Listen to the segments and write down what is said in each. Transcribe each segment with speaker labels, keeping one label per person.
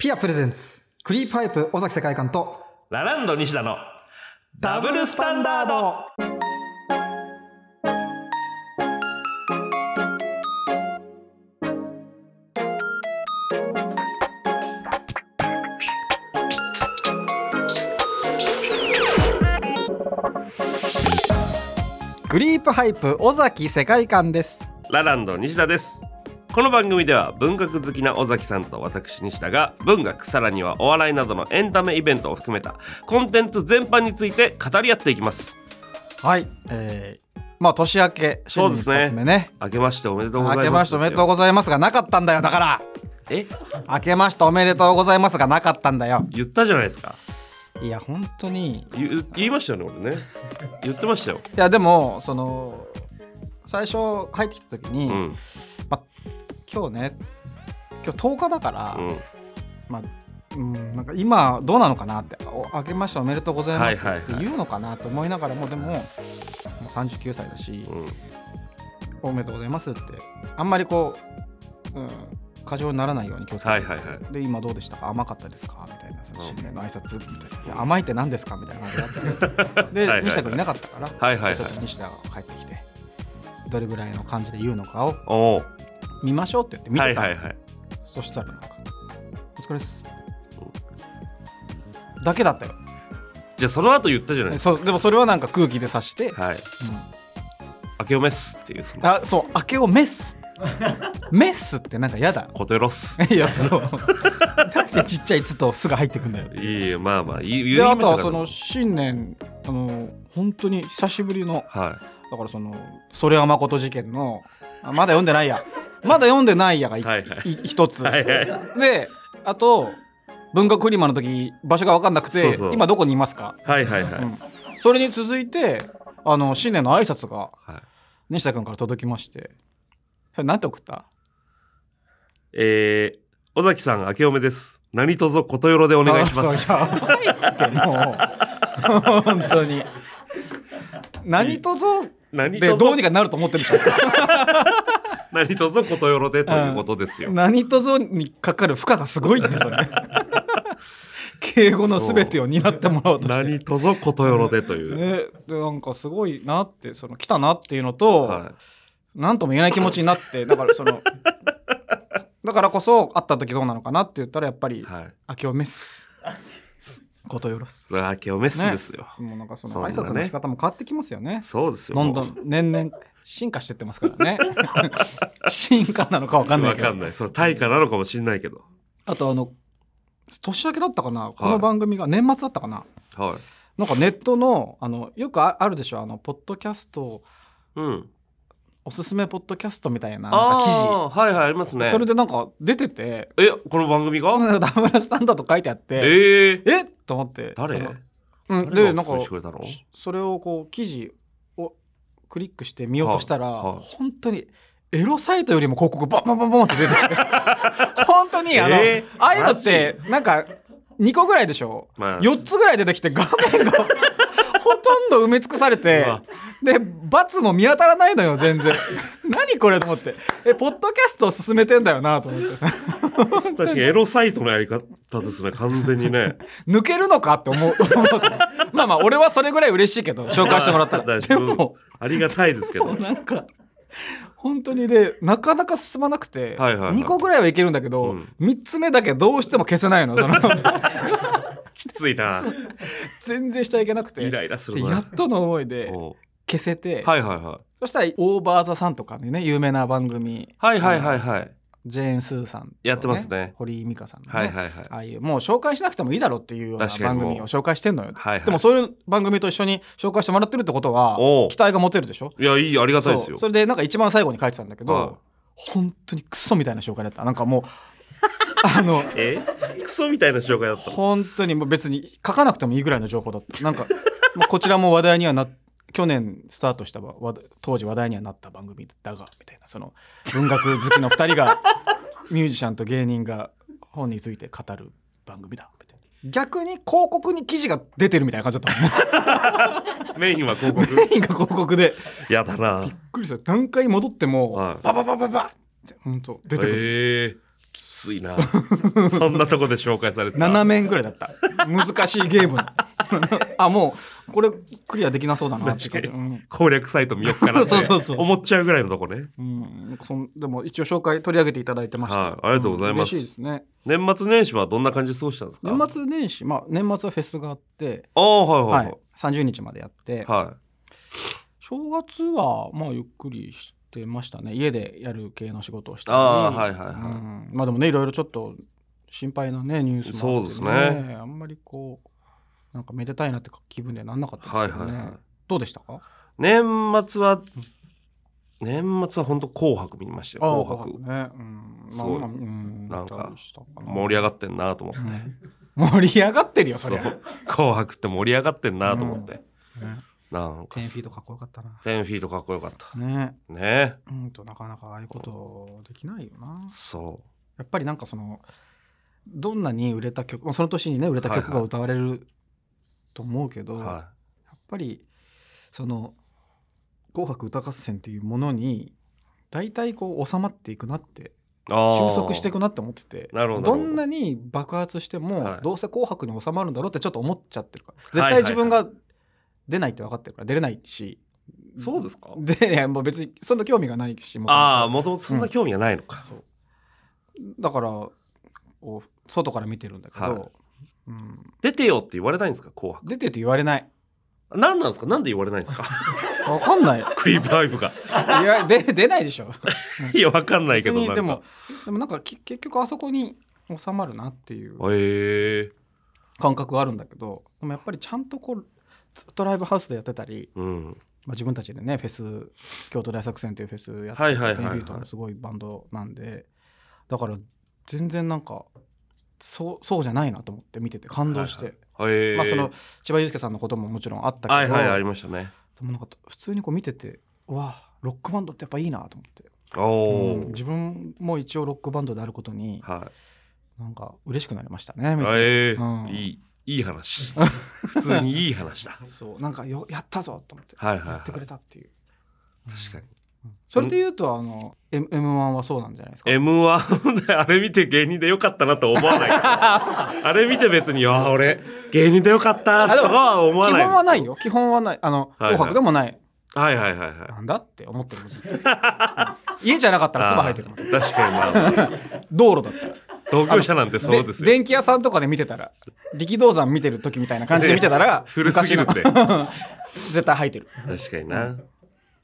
Speaker 1: フィアプレゼンツ、クリープハイプ尾崎世界観と、
Speaker 2: ラランド西田のダ
Speaker 1: ダ
Speaker 2: ブ
Speaker 1: ブ
Speaker 2: ル
Speaker 1: ル
Speaker 2: ス
Speaker 1: ス
Speaker 2: タ
Speaker 1: タ
Speaker 2: ン
Speaker 1: ンダ
Speaker 2: ダー
Speaker 1: ー
Speaker 2: ド
Speaker 1: ドグリープハイプ尾崎世界観です
Speaker 2: ラランド西田ですこの番組では文学好きな尾崎さんと私西田が文学さらにはお笑いなどのエンタメイベントを含めたコンテンツ全般について語り合っていきます
Speaker 1: はい、えー、まあ年明け新年一発目ね
Speaker 2: 明けましておめでとうござい
Speaker 1: 明
Speaker 2: ます
Speaker 1: けましておめでとう
Speaker 2: う
Speaker 1: ございますがなかったんだよだから
Speaker 2: え
Speaker 1: 明けましておめでとうございますがなかったんだよ
Speaker 2: 言ったじゃないですか
Speaker 1: いや本当にい
Speaker 2: 言う言いましたよね俺ね言ってましたよ
Speaker 1: やでもその最初入ってきた時に、
Speaker 2: うん
Speaker 1: 今日ね今日10日だから、
Speaker 2: うん
Speaker 1: まあうん、なんか今どうなのかなって「お明けましておめでとうございます」
Speaker 2: はい
Speaker 1: っ
Speaker 2: はい
Speaker 1: て
Speaker 2: はい
Speaker 1: 言うのかなと思いながらもでももう39歳だし
Speaker 2: うん
Speaker 1: 「おめでとうございます」ってあんまりこう、うん、過剰にならないように気をつけて、
Speaker 2: はいはいはい
Speaker 1: で「今どうでしたか甘かったですか?」みたいなその新年の挨拶みたいな「いや甘いって何ですか?」みたいな感じだったけど
Speaker 2: はい
Speaker 1: で
Speaker 2: はいはい
Speaker 1: 西田君いなかったから、
Speaker 2: はいはいはい
Speaker 1: ちょっと西田が帰ってきてどれぐらいの感じで言うのかを
Speaker 2: おお
Speaker 1: 見ましょうって言って見
Speaker 2: は
Speaker 1: て
Speaker 2: い
Speaker 1: たの
Speaker 2: はいはい
Speaker 1: そしたらなんか「お疲れっす」だけだったよ
Speaker 2: じゃあその後言ったじゃないです
Speaker 1: そうでもそれはなんか空気で察して、
Speaker 2: かはい
Speaker 1: うん
Speaker 2: 明けおめっすっていうその
Speaker 1: あそう明けをメ スメスってなんかやだ
Speaker 2: コテロス
Speaker 1: いやそうなんでちっちゃい「つ」と「す」が入ってくんだよ
Speaker 2: いいよまあまあ言い
Speaker 1: で
Speaker 2: 言い
Speaker 1: あと
Speaker 2: ました
Speaker 1: は
Speaker 2: か
Speaker 1: そ
Speaker 2: ら
Speaker 1: の新年あの本当に久しぶりの
Speaker 2: は
Speaker 1: だからその「それはまこと事件の」あまだ読んでないやまだ読んでないやがい
Speaker 2: はいはい
Speaker 1: い一つ、
Speaker 2: いはいはいはい
Speaker 1: であと文化クリマの時場所が分かんなくて
Speaker 2: そうそう
Speaker 1: 今どこにいますか、
Speaker 2: はいはいは
Speaker 1: う
Speaker 2: い
Speaker 1: ん、それに続いてあの新年の挨拶が
Speaker 2: はい
Speaker 1: 西田君から届きましてそれ何て送った
Speaker 2: えー尾崎さん明けおめです何卒ことよろでお
Speaker 1: お
Speaker 2: 願いします
Speaker 1: やばいってもう本当に何とぞ
Speaker 2: 何
Speaker 1: で
Speaker 2: 卒
Speaker 1: どうにかなると思ってるでしょ
Speaker 2: 何卒ことよろでということですよ
Speaker 1: 何とぞにかかる負荷がすごいってそれ敬語の全てを担ってもらおうとして
Speaker 2: 何卒ことよろでという
Speaker 1: ね、でなんかすごいなってその来たなっていうのと、
Speaker 2: は
Speaker 1: なんとも言えない気持ちになってだからその だからこそ会った時どうなのかなって言ったらやっぱり
Speaker 2: いはい
Speaker 1: 「明けおめっ す」ことよろす。
Speaker 2: それ明けおめっすですよ
Speaker 1: もうなんかそ
Speaker 2: そん
Speaker 1: の
Speaker 2: な
Speaker 1: 挨
Speaker 2: ね
Speaker 1: 拶の仕方も変わってきますよね。
Speaker 2: そうですよ
Speaker 1: どんどん年々進化してってますから ね。進化なのかわかんない
Speaker 2: わ
Speaker 1: け
Speaker 2: か
Speaker 1: ど
Speaker 2: ん。ないその対価なのかもしれないけど
Speaker 1: あとあの年明けだったかな、この番組が年末だったかな。
Speaker 2: はい
Speaker 1: なんかネットのあのよくああるでしょあのポッドキャスト
Speaker 2: うん
Speaker 1: おすすめポッドキャストみたいななんか記
Speaker 2: ああーはいはいあります
Speaker 1: 事、
Speaker 2: ね
Speaker 1: それでなんか出てて
Speaker 2: えこの番組
Speaker 1: 「
Speaker 2: が
Speaker 1: なんかダブルスタンダード」書いてあって
Speaker 2: ええ
Speaker 1: えっと思って
Speaker 2: 誰
Speaker 1: その
Speaker 2: 誰
Speaker 1: うん、
Speaker 2: が
Speaker 1: でな
Speaker 2: お
Speaker 1: ん
Speaker 2: すす
Speaker 1: か
Speaker 2: めしてくれたの
Speaker 1: しそれをこう記事をクリックして見ようとしたら、
Speaker 2: はいはい
Speaker 1: 本当にエロサイトよりも広告ボンボンボンボンって出て きて本当にあの、
Speaker 2: えー
Speaker 1: ああいうのってなんか2個ぐらいでしょ、
Speaker 2: まあ
Speaker 1: 4つぐらい出てきて画面が ほとんど埋め尽くされて
Speaker 2: うわ
Speaker 1: で罰も見当たらないのよ全然 何これと思ってえポッドキャストを進めてんだよなと思って
Speaker 2: 確かにエロサイトのやり方ですね完全にね
Speaker 1: 抜けるのかって思う まあまあ俺はそれぐらい嬉しいけど紹介してもらったらでも
Speaker 2: ありがたいですけどはい
Speaker 1: なんか本当にでなかなか進まなくて、
Speaker 2: はいはいはい
Speaker 1: 2個ぐらいはいけるんだけど、
Speaker 2: うん
Speaker 1: 3つ目だけどうしても消せないのその
Speaker 2: きついな
Speaker 1: 全然下いけなくて
Speaker 2: イライラする
Speaker 1: で
Speaker 2: な
Speaker 1: やっとの思いで
Speaker 2: おう
Speaker 1: 消せて、
Speaker 2: はいはいはい
Speaker 1: そしたら「オーバー・ザ・さん」とかのね有名な番組
Speaker 2: はいはいはいはい。
Speaker 1: ジェーン・スーさんとかね、
Speaker 2: やってますね
Speaker 1: 堀井美香さんのね、
Speaker 2: はいはいはい
Speaker 1: あ。あいうもう紹介しなくてもいいだろうっていうような
Speaker 2: 確か
Speaker 1: 番
Speaker 2: にもう
Speaker 1: 組を紹介してんのよ、
Speaker 2: はいはい
Speaker 1: でもそういう番組と一緒に紹介してもらってるってことは
Speaker 2: おう
Speaker 1: 期待が持てるでしょ
Speaker 2: いや、いい、ありがたいです
Speaker 1: そう
Speaker 2: よ。
Speaker 1: それでなんか一番最後に書いてたんだけど、
Speaker 2: はい
Speaker 1: 本当にクソみたいな紹介だったなんかもう あの
Speaker 2: えクソみたいな紹介だったの
Speaker 1: 本当にもう別に書かなくてもいいぐらいの情報だった なんかもうこちらも話題にはな去年スタートしたばわ当時話題にはなった番組だがみたいなその文学好きの2人が ミュージシャンと芸人が本について語る番組だみたいな逆に広告に記事が出てるみたいな感じだったもん
Speaker 2: メインは広 告。
Speaker 1: メインが広告で
Speaker 2: やだな。
Speaker 1: びっくりした何回戻っても、
Speaker 2: はい
Speaker 1: バババババって本当出てくる、
Speaker 2: ええき熱 いなそんなとこで紹介されてた
Speaker 1: 7面ぐらいだった難しいゲー ム あもうこれクリアできなそうだなって
Speaker 2: 確かに
Speaker 1: うん
Speaker 2: 攻略サイト見よっかなって
Speaker 1: そうそうそう
Speaker 2: 思っちゃうぐらいのとこね
Speaker 1: うん、そんでも一応紹介取り上げていただいてました、
Speaker 2: はいありがとうございます
Speaker 1: ん嬉しいですね
Speaker 2: 年末年始はどんな感じで過ごしたんですか
Speaker 1: 年末年始まあ年末はフェスがあって、
Speaker 2: ああは
Speaker 1: はい
Speaker 2: はい
Speaker 1: い、30日までやって、
Speaker 2: はい、はい
Speaker 1: 正月はまあゆっくりしてましたね家でやる系の仕事をしたり
Speaker 2: あーはいはいは
Speaker 1: う
Speaker 2: い
Speaker 1: んまあでもねいろいろちょっと心配なねニュースもあって、
Speaker 2: そうです
Speaker 1: あんまりこうなんかめでたいなって気分にはなんなかった
Speaker 2: は
Speaker 1: です
Speaker 2: い
Speaker 1: けど
Speaker 2: は
Speaker 1: ね、
Speaker 2: いはい
Speaker 1: どうでしたか
Speaker 2: 年末は年末は本当紅白見ましたよ紅白
Speaker 1: ね、うん、まあ
Speaker 2: そう
Speaker 1: まあうん
Speaker 2: なんか
Speaker 1: どうしたかな
Speaker 2: 盛り上がってんなと思って、
Speaker 1: 盛り上がってるよそ
Speaker 2: そ
Speaker 1: りゃ
Speaker 2: う紅白って盛り上がってんなと思って、
Speaker 1: ね
Speaker 2: なんか
Speaker 1: 10フィートかっこよかったな
Speaker 2: 10フィートかっこよかった
Speaker 1: ね
Speaker 2: ね
Speaker 1: うんとなかなかああいうことできないよな
Speaker 2: そ
Speaker 1: やっぱりなんかそのどんなに売れた曲、まあ、その年にね売れた曲が歌われると思うけど、
Speaker 2: う
Speaker 1: や
Speaker 2: は
Speaker 1: っぱりその「紅白歌合戦」っていうものに大体こう収まっていくなって
Speaker 2: いあー
Speaker 1: 収束していくなって思ってて
Speaker 2: なるほど
Speaker 1: んなに爆発しても、
Speaker 2: はい
Speaker 1: どうせ「紅白」に収まるんだろうってちょっと思っちゃってるから絶
Speaker 2: は
Speaker 1: 対
Speaker 2: いはい
Speaker 1: 自分が出ないって分かってるから出れないし
Speaker 2: そうですか
Speaker 1: でいやもう別にそんな興味がないしもともと
Speaker 2: ああもともとそんな興味がないのか、
Speaker 1: そうだからこう外から見てるんだけど、
Speaker 2: はい
Speaker 1: うん、
Speaker 2: 出てよって言われないんですか紅白
Speaker 1: 出てって言われない
Speaker 2: 何なんですかなんで言われないんです か
Speaker 1: わかんない
Speaker 2: クリーパーイブが
Speaker 1: いやで出ないでしょ
Speaker 2: いやわかんないけ
Speaker 1: 別
Speaker 2: どな
Speaker 1: に
Speaker 2: んか
Speaker 1: でもでもなんかき結局あそこに収まるなっていう
Speaker 2: へえ
Speaker 1: 感覚があるんだけどでもやっぱりちゃんとこうずっとライブハウスでやってたり、
Speaker 2: うん
Speaker 1: まあ、自分たちでねフェス京都大作戦というフェスやって
Speaker 2: はいはい
Speaker 1: テ
Speaker 2: は
Speaker 1: ンビ
Speaker 2: いはい
Speaker 1: ートのすごいバンドなんでだから全然なんかそうそうじゃないなと思って見てて感動して、
Speaker 2: へえ
Speaker 1: まあ、その千葉雄介さんのことももちろんあったけど、
Speaker 2: はいはいありましたね
Speaker 1: でもなんか普通にこう見ててうわあロックバンドってやっぱいいなと思って、
Speaker 2: おお、
Speaker 1: うん自分も一応ロックバンドであることに
Speaker 2: はい
Speaker 1: なんか嬉しくなりましたね見て
Speaker 2: ええ
Speaker 1: うん
Speaker 2: いいい い話普通にいい話だ
Speaker 1: そうなんかよやったぞと思って、
Speaker 2: はいはい、はい、
Speaker 1: やって
Speaker 2: 確
Speaker 1: く
Speaker 2: か
Speaker 1: れたっていう
Speaker 2: に
Speaker 1: それで言うとあの M- M1 はそうなんじゃないですか
Speaker 2: M1 であれ見て芸人でよかったなと思わない あれ見て別に「ああ俺芸人でよかった」
Speaker 1: あで
Speaker 2: と
Speaker 1: も
Speaker 2: かは思わ
Speaker 1: 基
Speaker 2: ない
Speaker 1: 本はないよ基本はないあの「
Speaker 2: はいはい
Speaker 1: 紅白」でもない
Speaker 2: はいはいはいはい
Speaker 1: なんだって思ってるもんずっとうん家じゃなかったら唾吐いてるもん
Speaker 2: あー確かにまあ
Speaker 1: 道路だったら
Speaker 2: 同業者なんてそうです
Speaker 1: で
Speaker 2: よ
Speaker 1: 電気屋さんとかで見てたら力道山見てる時みたいな感じで見てたら
Speaker 2: 古すぎるって
Speaker 1: 昔
Speaker 2: 確
Speaker 1: の 絶対入ってる
Speaker 2: かにな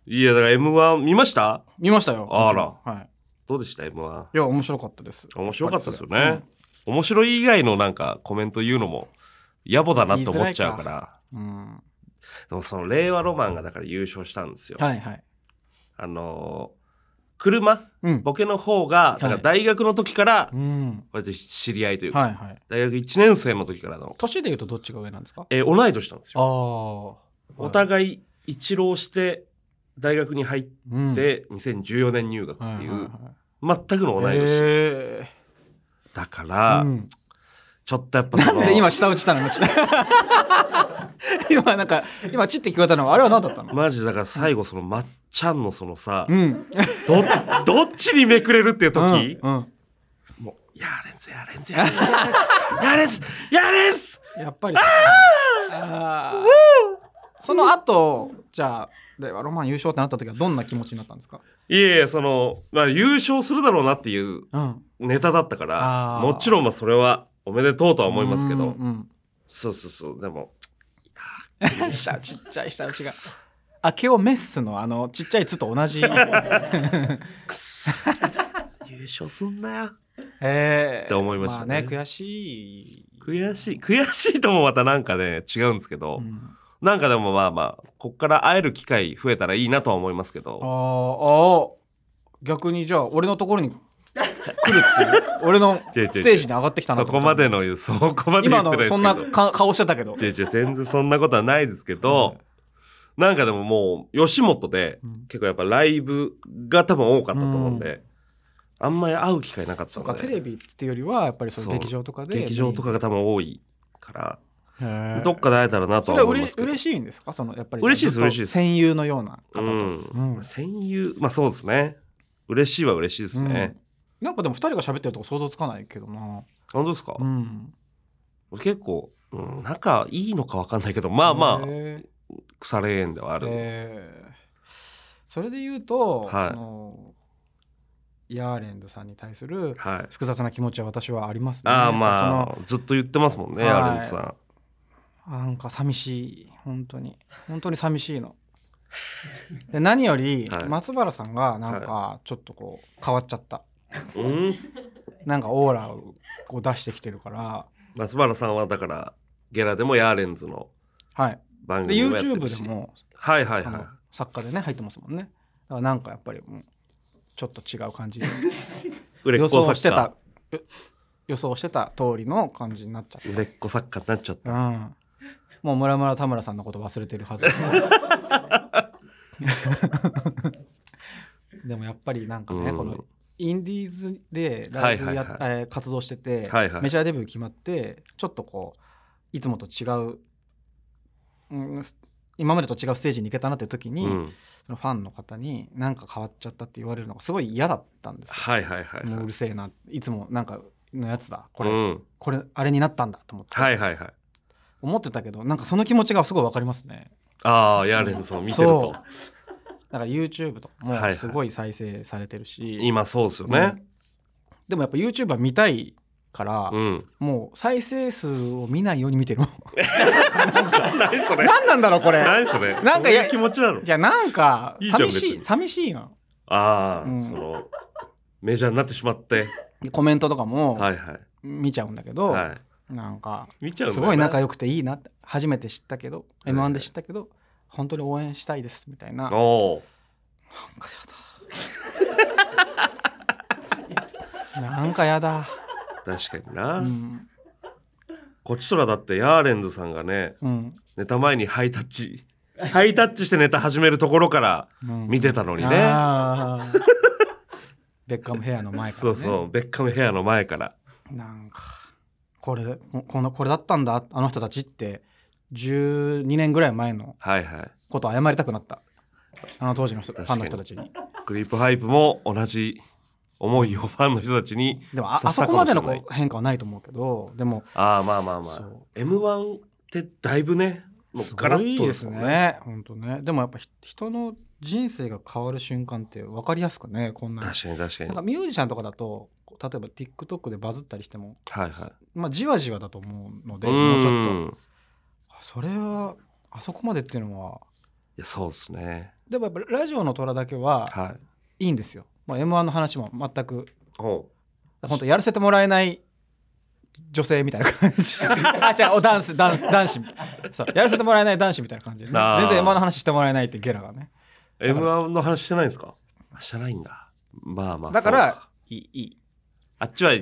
Speaker 2: いやだから M1 見ました
Speaker 1: 見ましたよ
Speaker 2: あら
Speaker 1: はい
Speaker 2: どうでした M1
Speaker 1: いや面白かったです
Speaker 2: 面白かったですよ
Speaker 1: やっぱ
Speaker 2: ね、面白い以外のなんかコメント言うのも野暮だなと思っちゃうから
Speaker 1: りそれうん
Speaker 2: でもその令和ロマンがだから優勝したんですよ、
Speaker 1: はいはい
Speaker 2: あのー車、
Speaker 1: うん
Speaker 2: ボケの方がだから大学の時から
Speaker 1: うん
Speaker 2: 割と知り合いというか、
Speaker 1: はいはい
Speaker 2: 大学1年生の時からの、
Speaker 1: 年で言うとどっちが上なんですか
Speaker 2: えー同い年なんですよ
Speaker 1: ああ
Speaker 2: お互い一浪して大学に入っ
Speaker 1: い
Speaker 2: て2014年入学っていう、全くの同い年、
Speaker 1: え
Speaker 2: だから、
Speaker 1: うん
Speaker 2: ちょっとやっぱその
Speaker 1: で今下打ちしたの今ち 今なんか今チって聞こえたのはあれは何だったの
Speaker 2: マジだから最後そのまっちゃんのそのさ、
Speaker 1: うん
Speaker 2: どどっちにめくれるっていう時、
Speaker 1: うんうん
Speaker 2: もうやれんぜやれんぜやれんぜやれんぜやれんぜ
Speaker 1: やっぱりあーその後じゃあ令和ロマン優勝ってなった時はどんな気持ちになったんですか、
Speaker 2: いえいえその、まあ、優勝するだろうなっていう
Speaker 1: うん、
Speaker 2: ネタだったから
Speaker 1: あー
Speaker 2: もちろんまあそれはおめでとうとは思いますけど
Speaker 1: うん
Speaker 2: そうそうそうでも
Speaker 1: うん、 下ちっちゃい下打ちがアケオメッスのあのちっちゃい「つ」と同じ
Speaker 2: 優勝すんなよ
Speaker 1: えー
Speaker 2: って思いましたね
Speaker 1: まあ、ね悔しい、
Speaker 2: 悔しい悔しいともまたなんかね違うんですけど、
Speaker 1: うん、
Speaker 2: なんかでもまあまあこっから会える機会増えたらいいなとは思いますけ
Speaker 1: あー
Speaker 2: ど
Speaker 1: あー逆にじゃあ俺のところに来るっていう 俺の
Speaker 2: 違う違う違う
Speaker 1: ステージに上がってきたな
Speaker 2: そ
Speaker 1: と
Speaker 2: こ
Speaker 1: 思った
Speaker 2: までの言うそこまで言
Speaker 1: 今
Speaker 2: っ
Speaker 1: の
Speaker 2: てないです
Speaker 1: そ
Speaker 2: け
Speaker 1: んな
Speaker 2: ど
Speaker 1: か顔してたけど
Speaker 2: 違う違う全然そんなことはないですけど、なんかでももう吉本で
Speaker 1: うん
Speaker 2: 結構やっぱライブが多分多かったと思うんで、あんまり会う機会なかった
Speaker 1: そ
Speaker 2: の
Speaker 1: う
Speaker 2: で
Speaker 1: かテレビっていうよりはやっぱりその劇場とかで
Speaker 2: 劇場とかが多分多いから、
Speaker 1: へー
Speaker 2: どっかで会えたらなと
Speaker 1: そ
Speaker 2: は
Speaker 1: れは
Speaker 2: 思
Speaker 1: う
Speaker 2: い
Speaker 1: れ
Speaker 2: ますけど
Speaker 1: 嬉しいんですかそのやっぱり
Speaker 2: 嬉しいです
Speaker 1: ずっと
Speaker 2: 嬉しいです
Speaker 1: 戦友のような方と、
Speaker 2: うん
Speaker 1: うん
Speaker 2: 戦友まあそうですね嬉しいは嬉しいですね、
Speaker 1: なんかでも2人が喋ってるとこ想像つかないけどな
Speaker 2: 本当ですか、
Speaker 1: うん
Speaker 2: 俺結構、うん、仲いいのか分かんないけどまあまあ
Speaker 1: へ
Speaker 2: 腐れ縁ではあ
Speaker 1: ー
Speaker 2: る、
Speaker 1: へーそれで言うと、
Speaker 2: はい
Speaker 1: そのヤーレンズさんに対する
Speaker 2: はい
Speaker 1: 複雑な気持ちは私はありますね
Speaker 2: ああ
Speaker 1: やっ
Speaker 2: ま
Speaker 1: ぱ
Speaker 2: あずっと言ってますもんね
Speaker 1: はい
Speaker 2: アレンさん
Speaker 1: そのなんか寂しい本当に本当に寂しいので何より
Speaker 2: はい
Speaker 1: 松原さんがなんかちょっとこう変わっちゃった
Speaker 2: うん
Speaker 1: なんかオーラをこう出してきてるから
Speaker 2: 松原さんはだからゲラでもヤーレンズの
Speaker 1: はい
Speaker 2: 番
Speaker 1: で
Speaker 2: 組もやってる
Speaker 1: YouTube
Speaker 2: し
Speaker 1: でも
Speaker 2: はいはい
Speaker 1: あ
Speaker 2: はい
Speaker 1: の作家でね入ってますもんねだからなんかやっぱりもうちょっと違う 感じで
Speaker 2: 売れ
Speaker 1: 予
Speaker 2: っ子
Speaker 1: 想
Speaker 2: 作
Speaker 1: して
Speaker 2: 家
Speaker 1: たえ予想してた通りの感じになっちゃっ
Speaker 2: 売れっ子作家になっちゃっ
Speaker 1: た
Speaker 2: た
Speaker 1: うんもう村村田村さんのこと忘れてる はずでもやっぱりなんかね、
Speaker 2: うん
Speaker 1: このインディーズでライブや、
Speaker 2: はいは
Speaker 1: えー活動してて、
Speaker 2: はいはい
Speaker 1: メジャーデビュー決まってちょっとこういつもと違う、うん、す今までと違うステージに行けたなっていう時に、
Speaker 2: うん
Speaker 1: そのファンの方に何か変わっちゃったって言われるのがすごい嫌だったんですよ。
Speaker 2: はいはいはい
Speaker 1: もう
Speaker 2: は
Speaker 1: う
Speaker 2: い
Speaker 1: るせえないつもなんかのやつだこ
Speaker 2: う
Speaker 1: れ、
Speaker 2: ん
Speaker 1: これあれになったんだと思って、
Speaker 2: はいはいはい
Speaker 1: 思ってたけどなんかその気持ちがすごいわかりますね。
Speaker 2: ああヤーレンズを見てる
Speaker 1: そ
Speaker 2: と
Speaker 1: うだから YouTube とか
Speaker 2: はいは
Speaker 1: も
Speaker 2: い
Speaker 1: すごい再生されてるし、
Speaker 2: 今そうですよね
Speaker 1: でもやっぱ YouTube は見たいから、
Speaker 2: うん
Speaker 1: もう再生数を見ないように見てるも ん
Speaker 2: 何それ
Speaker 1: 何なんだろうこれ
Speaker 2: 何それ
Speaker 1: なんか
Speaker 2: どう
Speaker 1: や
Speaker 2: いう気持ちなの
Speaker 1: じゃあなんか
Speaker 2: いいじゃん
Speaker 1: 寂しい
Speaker 2: 別に
Speaker 1: 寂しいな
Speaker 2: あ
Speaker 1: う
Speaker 2: あ
Speaker 1: ん
Speaker 2: そのメジャーになってしまって
Speaker 1: でコメントとかも
Speaker 2: はいはい
Speaker 1: 見ちゃうんだけど、
Speaker 2: はい
Speaker 1: なんか
Speaker 2: 見ちゃうんだよな
Speaker 1: すごい仲良くていいなって初めて知ったけど
Speaker 2: い
Speaker 1: m 1で知ったけど本当に応援したいですみたいななんか
Speaker 2: おお
Speaker 1: やだなんかやだ
Speaker 2: 確かにな、
Speaker 1: うん
Speaker 2: こっちとらだってヤーレンズさんがね
Speaker 1: うん
Speaker 2: ネタ前にハイタッチハイタッチしてネタ始めるところから
Speaker 1: うん
Speaker 2: 見てたのにね、
Speaker 1: あーベッカムヘアの前から、
Speaker 2: そ
Speaker 1: ね、
Speaker 2: うそうベッカムヘアの前から
Speaker 1: なんかこれここのこれだったんだあの人たちって12年ぐらい前の
Speaker 2: はいはい
Speaker 1: ことを謝りたくなったあの当時の人ファ
Speaker 2: 確か
Speaker 1: ン
Speaker 2: に
Speaker 1: の人たちに
Speaker 2: グリープハイプも同じ思いをファンの人たちに
Speaker 1: でもああ
Speaker 2: さ
Speaker 1: そ
Speaker 2: せたか
Speaker 1: こまでの
Speaker 2: しれない
Speaker 1: こう変化はないと思うけどでも
Speaker 2: ああまあまあま
Speaker 1: そ
Speaker 2: あ
Speaker 1: う
Speaker 2: m 1ってだいぶねも
Speaker 1: す
Speaker 2: うガラ
Speaker 1: ご
Speaker 2: ッ
Speaker 1: い
Speaker 2: と
Speaker 1: で
Speaker 2: ですすもんね
Speaker 1: ね。本当ね。でもやっぱひ人の人生が変わる瞬間って分かりやすくね、こんなに。
Speaker 2: 確かに確か
Speaker 1: なん
Speaker 2: に
Speaker 1: かミュージシャンとかだと、こう例えば TikTok でバズったりしても、
Speaker 2: はいはい
Speaker 1: まあじわじわだと思うので、
Speaker 2: う
Speaker 1: もうちょっと。
Speaker 2: んい
Speaker 1: あそれは、あそこまでっていうのは、
Speaker 2: やそうですね
Speaker 1: でもやっぱラジオの虎だけは
Speaker 2: はい
Speaker 1: いいんですよ。まあ、M1 の話も全く、
Speaker 2: おう
Speaker 1: 本当やらせてもらえない女性みたいな感 じ。あ、違う、お、ダンス、ダンス、男子みたいな。そう、やらせてもらえない男子みたいな感じで、ね。
Speaker 2: あー
Speaker 1: 全然 M1 の話してもらえないってゲラがね。
Speaker 2: m 1の話してないんですかしてないんだまあまあ
Speaker 1: だか
Speaker 2: そう
Speaker 1: ら、いい、いい。
Speaker 2: あっちはい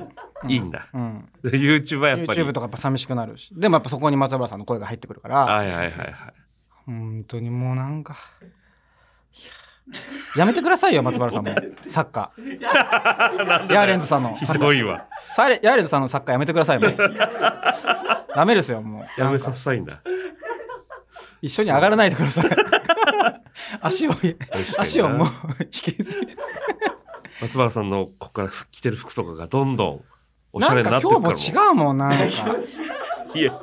Speaker 2: いんだ、
Speaker 1: うん、
Speaker 2: YouTube はやっぱり
Speaker 1: YouTube とかやっぱ寂しくなるしでもやっぱそこに松原さんの声が入ってくるから
Speaker 2: はいはいはいはい
Speaker 1: 本当にもうなんかいややめてくだ さいよ松原さんもサッカーヤーレンズさんのサ
Speaker 2: ひ
Speaker 1: ッカ
Speaker 2: ど
Speaker 1: ー
Speaker 2: いわ
Speaker 1: サレヤーレンズさんのサッカーやめてください もうダメですよもう
Speaker 2: や
Speaker 1: な
Speaker 2: め
Speaker 1: んか
Speaker 2: させたいんだ
Speaker 1: 一緒に上がらないでくだ さい足を足をもう引きずり
Speaker 2: 松原さんのここから着てる服とかがどんどんおしゃ
Speaker 1: な
Speaker 2: れ
Speaker 1: ん
Speaker 2: にな
Speaker 1: か
Speaker 2: ってく
Speaker 1: 今
Speaker 2: か
Speaker 1: 日も違
Speaker 2: ら
Speaker 1: うもんなんか
Speaker 2: いや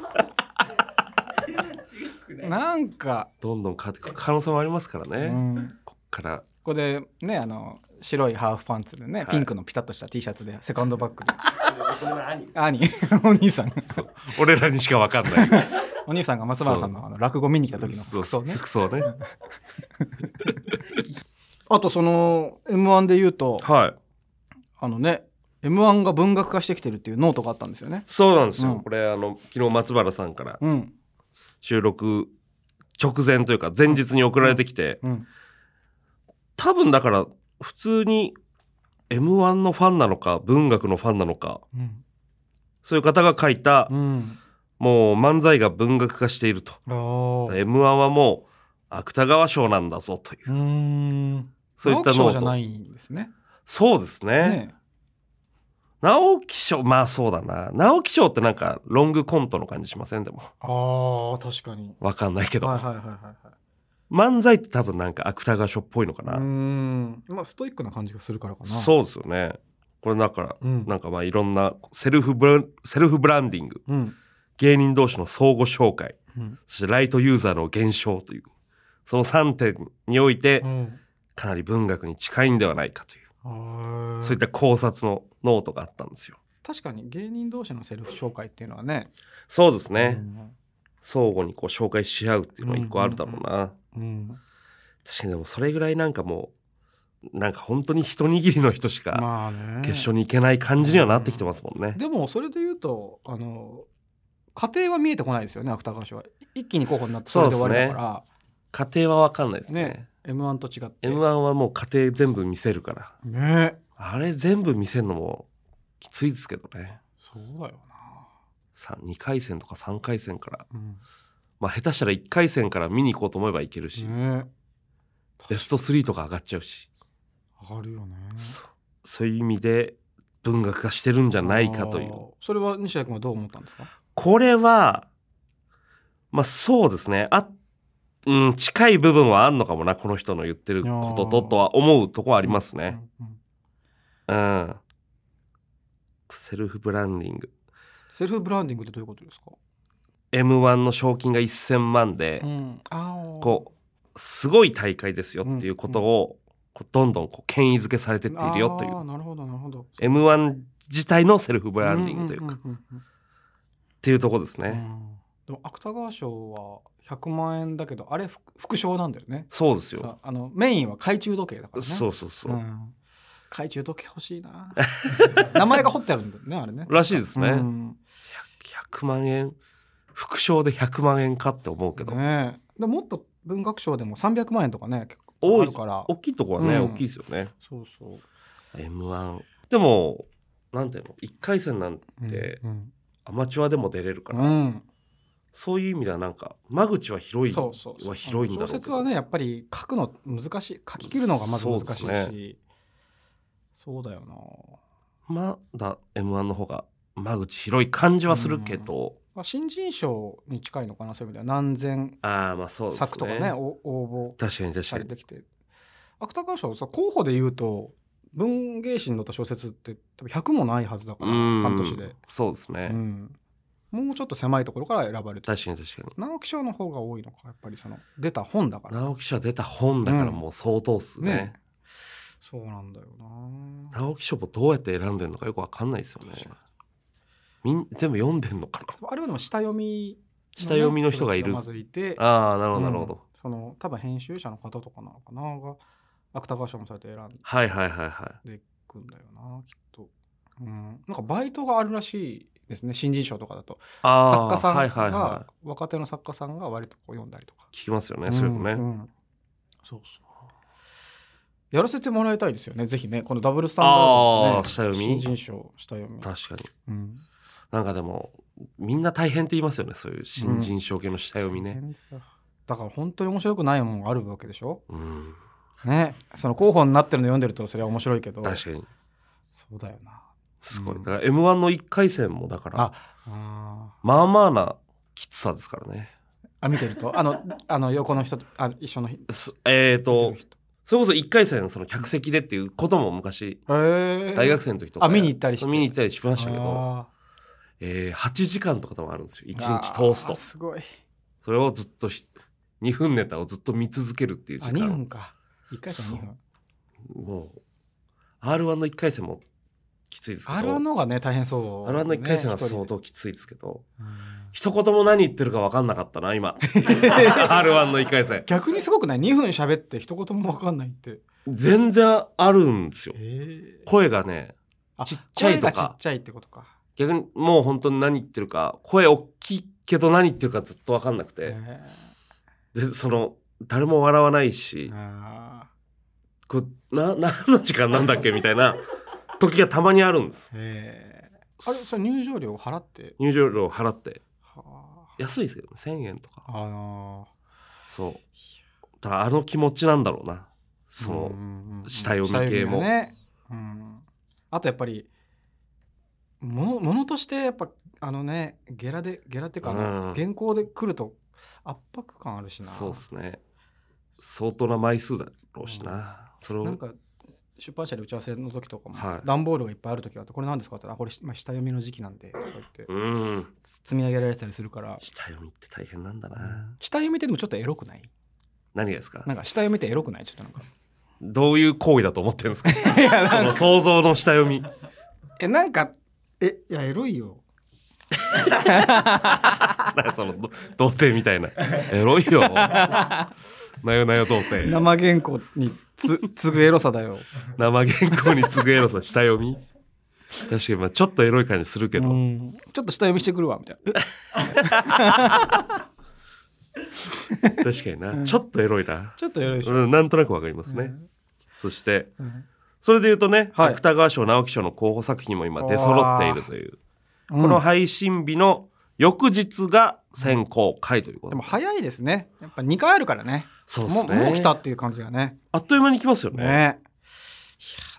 Speaker 1: なんか、
Speaker 2: どんどん変わってくる可能性もありますから ね、
Speaker 1: うん
Speaker 2: こっから
Speaker 1: ここでねあの白いハーフパンツでね、ピンクのピタッとした T シャツでセカンドバッグで兄 お兄さんが
Speaker 2: 俺らにしか分かんない
Speaker 1: お兄さんが松原さんのあの落語見に来た時の
Speaker 2: そう
Speaker 1: 服装ね
Speaker 2: 服装ね
Speaker 1: あとその m 1で言うと
Speaker 2: はい
Speaker 1: あのね m 1が文学化してきてるっていうノートがあったんですよね
Speaker 2: そうなんですよ、
Speaker 1: うん
Speaker 2: これあの昨日松原さんから
Speaker 1: うん
Speaker 2: 収録直前というか前日に送られてきて、
Speaker 1: うん
Speaker 2: 多分だから普通に m 1のファンなのか文学のファンなのか
Speaker 1: うん
Speaker 2: そういう方が書いた、
Speaker 1: うん
Speaker 2: もう漫才が文学化していると
Speaker 1: あー
Speaker 2: m 1はもう芥川賞なんだぞという
Speaker 1: うーん
Speaker 2: そういった
Speaker 1: 直
Speaker 2: ノ
Speaker 1: 木賞
Speaker 2: ー
Speaker 1: じゃ
Speaker 2: ト
Speaker 1: ないんですね
Speaker 2: そうですね
Speaker 1: ね
Speaker 2: 直木賞まあそうだな直木賞ってなんかロングコントの感じしませんでも
Speaker 1: あー確かに
Speaker 2: わかんないけど、
Speaker 1: はいはいはいはいはい
Speaker 2: 漫才って多分なんか芥川賞っぽいのか
Speaker 1: う
Speaker 2: な、
Speaker 1: ーんまあストイックな感じがするからかな
Speaker 2: そうですよねこれだから、
Speaker 1: うん
Speaker 2: なんかまあいろんなセルフブランセルフブランディング
Speaker 1: うん
Speaker 2: 芸人同士の相互紹介
Speaker 1: うん
Speaker 2: そしてライトユーザーの減少というその3点において
Speaker 1: うん
Speaker 2: かなり文学に近いんではないかという、
Speaker 1: あ
Speaker 2: そういっ
Speaker 1: ー
Speaker 2: た考察のノートがあったんですよ。
Speaker 1: 確かに芸人同士のセルフ紹介っていうのはね
Speaker 2: そうですね、
Speaker 1: うん
Speaker 2: 相互にこう紹介し合うっていうのは一個あるだろうな、
Speaker 1: うん
Speaker 2: 確かにでもそれぐらいなんかもうなんか本当に一握りの人しか
Speaker 1: まあね
Speaker 2: 決勝に行けない感じにはなってきてますもんね、
Speaker 1: でもそれで言うとあの家庭は見えてこないですよね芥川賞は一気に候補になってそれで終わりだか
Speaker 2: 家庭は分かんないです
Speaker 1: ら
Speaker 2: ね
Speaker 1: ね m 1と違って
Speaker 2: m 1はもう家庭全部見せるから
Speaker 1: ね
Speaker 2: あれ全部見せるのもきついですけどね
Speaker 1: そうだよな、
Speaker 2: 2回戦とか3回戦から
Speaker 1: うん、
Speaker 2: まあ下手したら1回戦から見に行こうと思えばいけるし、
Speaker 1: ね
Speaker 2: ベスト3とか上がっちゃうし、
Speaker 1: 上がるよね
Speaker 2: そそういう意味で文学化してるんじゃないかとい
Speaker 1: あ
Speaker 2: う
Speaker 1: ーそれは西田君はどう思ったんですか
Speaker 2: これはまあそうですねあうん、近い部分はあんのかもなこの人の言ってることと
Speaker 1: あー
Speaker 2: とは思うとこありますね。
Speaker 1: うんうん
Speaker 2: うん。セルフブランディング。
Speaker 1: セルフブランディングってどういうことですか、
Speaker 2: M1 の賞金が1000万で、
Speaker 1: ん、あー
Speaker 2: こう、すごい大会ですよっていうことを、こうどんどんこう権威づけされてっているよとい
Speaker 1: あー
Speaker 2: う。
Speaker 1: なるほどなるほど
Speaker 2: M1 自体のセルフブランディングというか、っ
Speaker 1: んんうん
Speaker 2: ていうとこです
Speaker 1: うん
Speaker 2: ね。
Speaker 1: うんでも芥川賞は100万円だけどあれ副副賞なんだよね
Speaker 2: そうですよ。
Speaker 1: さあのメインは懐中時計だからね
Speaker 2: そうそうそう。
Speaker 1: ん懐中時計欲しいな 名前が彫ってあるんだよねあれね
Speaker 2: らしいですね。
Speaker 1: うん
Speaker 2: 100万円、副賞で100万円かって思うけど、
Speaker 1: ねえでもっと文学賞でも300万円とかね結構
Speaker 2: 多
Speaker 1: あ
Speaker 2: い
Speaker 1: るから
Speaker 2: 大きいとこはね、
Speaker 1: うん
Speaker 2: 大きいですよね。
Speaker 1: そうそう
Speaker 2: M1。でも、なんていうの、1回戦なんて、
Speaker 1: うん
Speaker 2: アマチュアでも出れるか
Speaker 1: うん
Speaker 2: ら、
Speaker 1: うん
Speaker 2: そういう意味ではなんか間口は広い
Speaker 1: そうそうそう
Speaker 2: は広いんだろうけど
Speaker 1: 小説はねやっぱり書くの難しい書き切るのがまず難しいし
Speaker 2: そ
Speaker 1: そうう,、
Speaker 2: です
Speaker 1: だよな
Speaker 2: まだ M1 の方が間口広い感じはするけど、
Speaker 1: 新人賞に近いのかなそういう意味では何千
Speaker 2: ああまあそうですね
Speaker 1: 作とかねお応
Speaker 2: 確かに
Speaker 1: 募
Speaker 2: 確
Speaker 1: さ
Speaker 2: か
Speaker 1: れ
Speaker 2: に
Speaker 1: てきて芥川賞さ候補で言うと文芸誌に載った小説って多分100もないはずだから
Speaker 2: うん
Speaker 1: 半年で、
Speaker 2: そうですね、
Speaker 1: うん、もうちょっと狭いところから選ばれて
Speaker 2: 確かに確か
Speaker 1: 直木賞の方が多いのかやっぱりその出た本だか
Speaker 2: に
Speaker 1: ら
Speaker 2: 直木賞出た本だからもう相当っすね,、
Speaker 1: ねそうなんだよな
Speaker 2: 直木賞もどうやって選んでるのかよくわかんないですよね
Speaker 1: 確かに
Speaker 2: みん全部読んでんのかな
Speaker 1: あれはでも下読みのね、
Speaker 2: 下読みの人がいる
Speaker 1: まずいて
Speaker 2: ああなるほどなるほど、
Speaker 1: うんその多分編集者の方とかなのかなが芥川賞もそうやって選ん
Speaker 2: はいはいはいは
Speaker 1: でいくんだよなきっと、うん、なんかバイトがあるらしいですね新人賞とかだと
Speaker 2: いああ
Speaker 1: 作家さんが、
Speaker 2: はいはいはい
Speaker 1: 若手の作家さんが割とこう読んだりとか
Speaker 2: 聞きますよね、そういうのね、
Speaker 1: んんそうそうやらせてもらいたいですよねぜひねこのダブルスタンダード
Speaker 2: あ
Speaker 1: の
Speaker 2: ー
Speaker 1: ね
Speaker 2: 下読み
Speaker 1: 新人賞下読み、
Speaker 2: 確かに
Speaker 1: うん、
Speaker 2: なんかでもみんな大変って言いますよねそういう新人賞系の下読みね、
Speaker 1: だから本当に面白くないもんがあるわけでしょ
Speaker 2: うん、
Speaker 1: ねその候補になってるの読んでるとそれは面白いけど
Speaker 2: 確かに
Speaker 1: そうだよな
Speaker 2: すごい、
Speaker 1: うん
Speaker 2: だから m 1の1回戦もだから
Speaker 1: ああ
Speaker 2: まあまあなきつさですからね
Speaker 1: ーあ見てるとあのあの横の人とあ一緒の人
Speaker 2: すえ
Speaker 1: 見
Speaker 2: っ、ー、
Speaker 1: て
Speaker 2: と
Speaker 1: る人
Speaker 2: それこそ1回戦その客席でっていうことも昔
Speaker 1: へー
Speaker 2: 大学生の時とか
Speaker 1: あ見に行ったりして
Speaker 2: 見に行ったりしましたけど、
Speaker 1: あ
Speaker 2: えー、8時間とか多分あるんですよ
Speaker 1: ー
Speaker 2: 1日通す
Speaker 1: あー
Speaker 2: と
Speaker 1: すごい
Speaker 2: それをずっとし2分ネタをずっと見続けるっていう
Speaker 1: あ
Speaker 2: 時
Speaker 1: 2
Speaker 2: 間
Speaker 1: 分か1回戦2分
Speaker 2: もう r 1の1回戦もきついですけど
Speaker 1: R1 の方がね大変そう、
Speaker 2: r 1の1回戦は
Speaker 1: ね一人
Speaker 2: 相
Speaker 1: で
Speaker 2: 当きついですけど
Speaker 1: うん
Speaker 2: 一言も何言ってるか分かんなかった な今 R1 の1回戦
Speaker 1: 逆にすごくない2分喋って一言も分かんないって
Speaker 2: 全然あるんですよ
Speaker 1: ええ
Speaker 2: 声がね
Speaker 1: ちっ
Speaker 2: ちゃいと
Speaker 1: 声
Speaker 2: か
Speaker 1: がちっちゃいってことか、
Speaker 2: 逆にもう本当に何言ってるか声大きいけど何言ってるかずっと分かんなくて、
Speaker 1: え
Speaker 2: でその誰も笑わないし
Speaker 1: え、あ
Speaker 2: こうな 何の時間なんだっけみたいな時がたまにあるんです
Speaker 1: ーええあれそれ入場料を払って
Speaker 2: 入場料払って
Speaker 1: は
Speaker 2: 安いですけどね1000円とか
Speaker 1: ああの
Speaker 2: そうだからあの気持ちなんだろうな
Speaker 1: ー
Speaker 2: その、
Speaker 1: んんん
Speaker 2: 下読み系
Speaker 1: 下読みが
Speaker 2: も
Speaker 1: ねうん、あとやっぱりものものとしてやっぱあのねゲラでゲラっていうか、
Speaker 2: うん
Speaker 1: 原稿で来ると圧迫感あるしな
Speaker 2: そうですね相当な枚数だろうしな、それ
Speaker 1: なん
Speaker 2: を
Speaker 1: か出版社で打ち合わせの時とかも、
Speaker 2: はい
Speaker 1: 段ボールがいっぱいある時があってこれ何ですかって言ったらあこれ、まあ、下読みの時期なんでとか言って
Speaker 2: うん
Speaker 1: 積み上げられてたりするから
Speaker 2: 下読みって大変なんだな
Speaker 1: 下読みってでもちょっとエロくない
Speaker 2: 何がですか
Speaker 1: なんか下読みってエロくないちょっとなんか
Speaker 2: どういう行為だと思ってるんですか
Speaker 1: いやな
Speaker 2: そ
Speaker 1: ん
Speaker 2: の
Speaker 1: か
Speaker 2: 想像の下読み
Speaker 1: えなんか
Speaker 3: えいやエロいよ
Speaker 2: なんかそのど童貞みたいなエロいよ なよなよ童貞
Speaker 1: 生原稿につ次ぐエロさだよ
Speaker 2: 生原稿に次ぐエロさ下読み確かにまあちょっとエロい感じするけど、
Speaker 1: うんちょっと下読みしてくるわみたいなえ
Speaker 2: 確かにな、ちょっとエロいな、
Speaker 1: ちょっとエロいでしょ、
Speaker 2: うん、なんとなくわかりますね、そして
Speaker 1: ん
Speaker 2: それで言うとね、
Speaker 1: はい
Speaker 2: 芥川賞直木賞の候補作品も今出揃っているという
Speaker 1: うん
Speaker 2: この配信日の翌日が選考会ということ
Speaker 1: でも早いですねやっぱ2回あるからね
Speaker 2: そうっすね
Speaker 1: もうもう来たっていう感じがね
Speaker 2: あっという間に来ますよ
Speaker 1: ねい
Speaker 2: ね
Speaker 1: や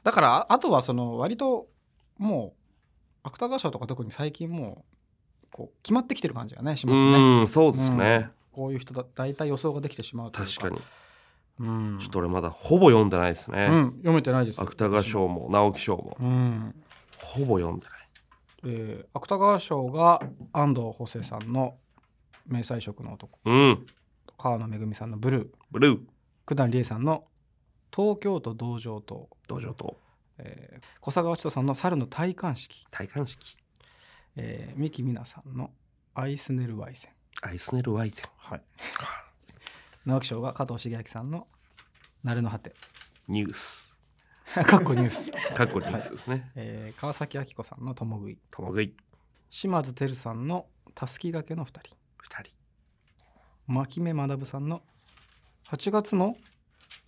Speaker 1: だからああとはその割ともう芥川賞とか特に最近もうこう決まってきてる感じがねし
Speaker 2: う
Speaker 1: ますね
Speaker 2: んそうですね、
Speaker 1: こういう人だ大体予想ができてしまうという
Speaker 2: 確かにち
Speaker 1: うん、
Speaker 2: ょっと俺まだほぼ読んでないですね、
Speaker 1: うん、読めてないです
Speaker 2: 芥川賞も直木賞も
Speaker 1: うん
Speaker 2: ほぼ読んでない
Speaker 1: えー芥川賞が安藤補正さんの「明細色の男
Speaker 2: うん」
Speaker 1: 川野めぐみさんの「ブルー
Speaker 2: ブルー」
Speaker 1: 九段理恵さんの「東京都道場と
Speaker 2: 道場と」
Speaker 1: えー小佐川千人さんの「猿の戴冠式
Speaker 2: 戴冠式」
Speaker 1: えー三木みなさんの「アイスネルワイセン
Speaker 2: アイスネルワイゼン」
Speaker 1: はい、 直木賞が加藤茂明さんの「なれの果て
Speaker 2: ニュース」
Speaker 1: かっこニュース、
Speaker 2: かっこニュースですね
Speaker 1: えー川崎明子さんの「共食い
Speaker 2: 共食い」
Speaker 1: 島津輝さんの「たすきがけの二人」
Speaker 2: 二人
Speaker 1: 牧目学さんの8月の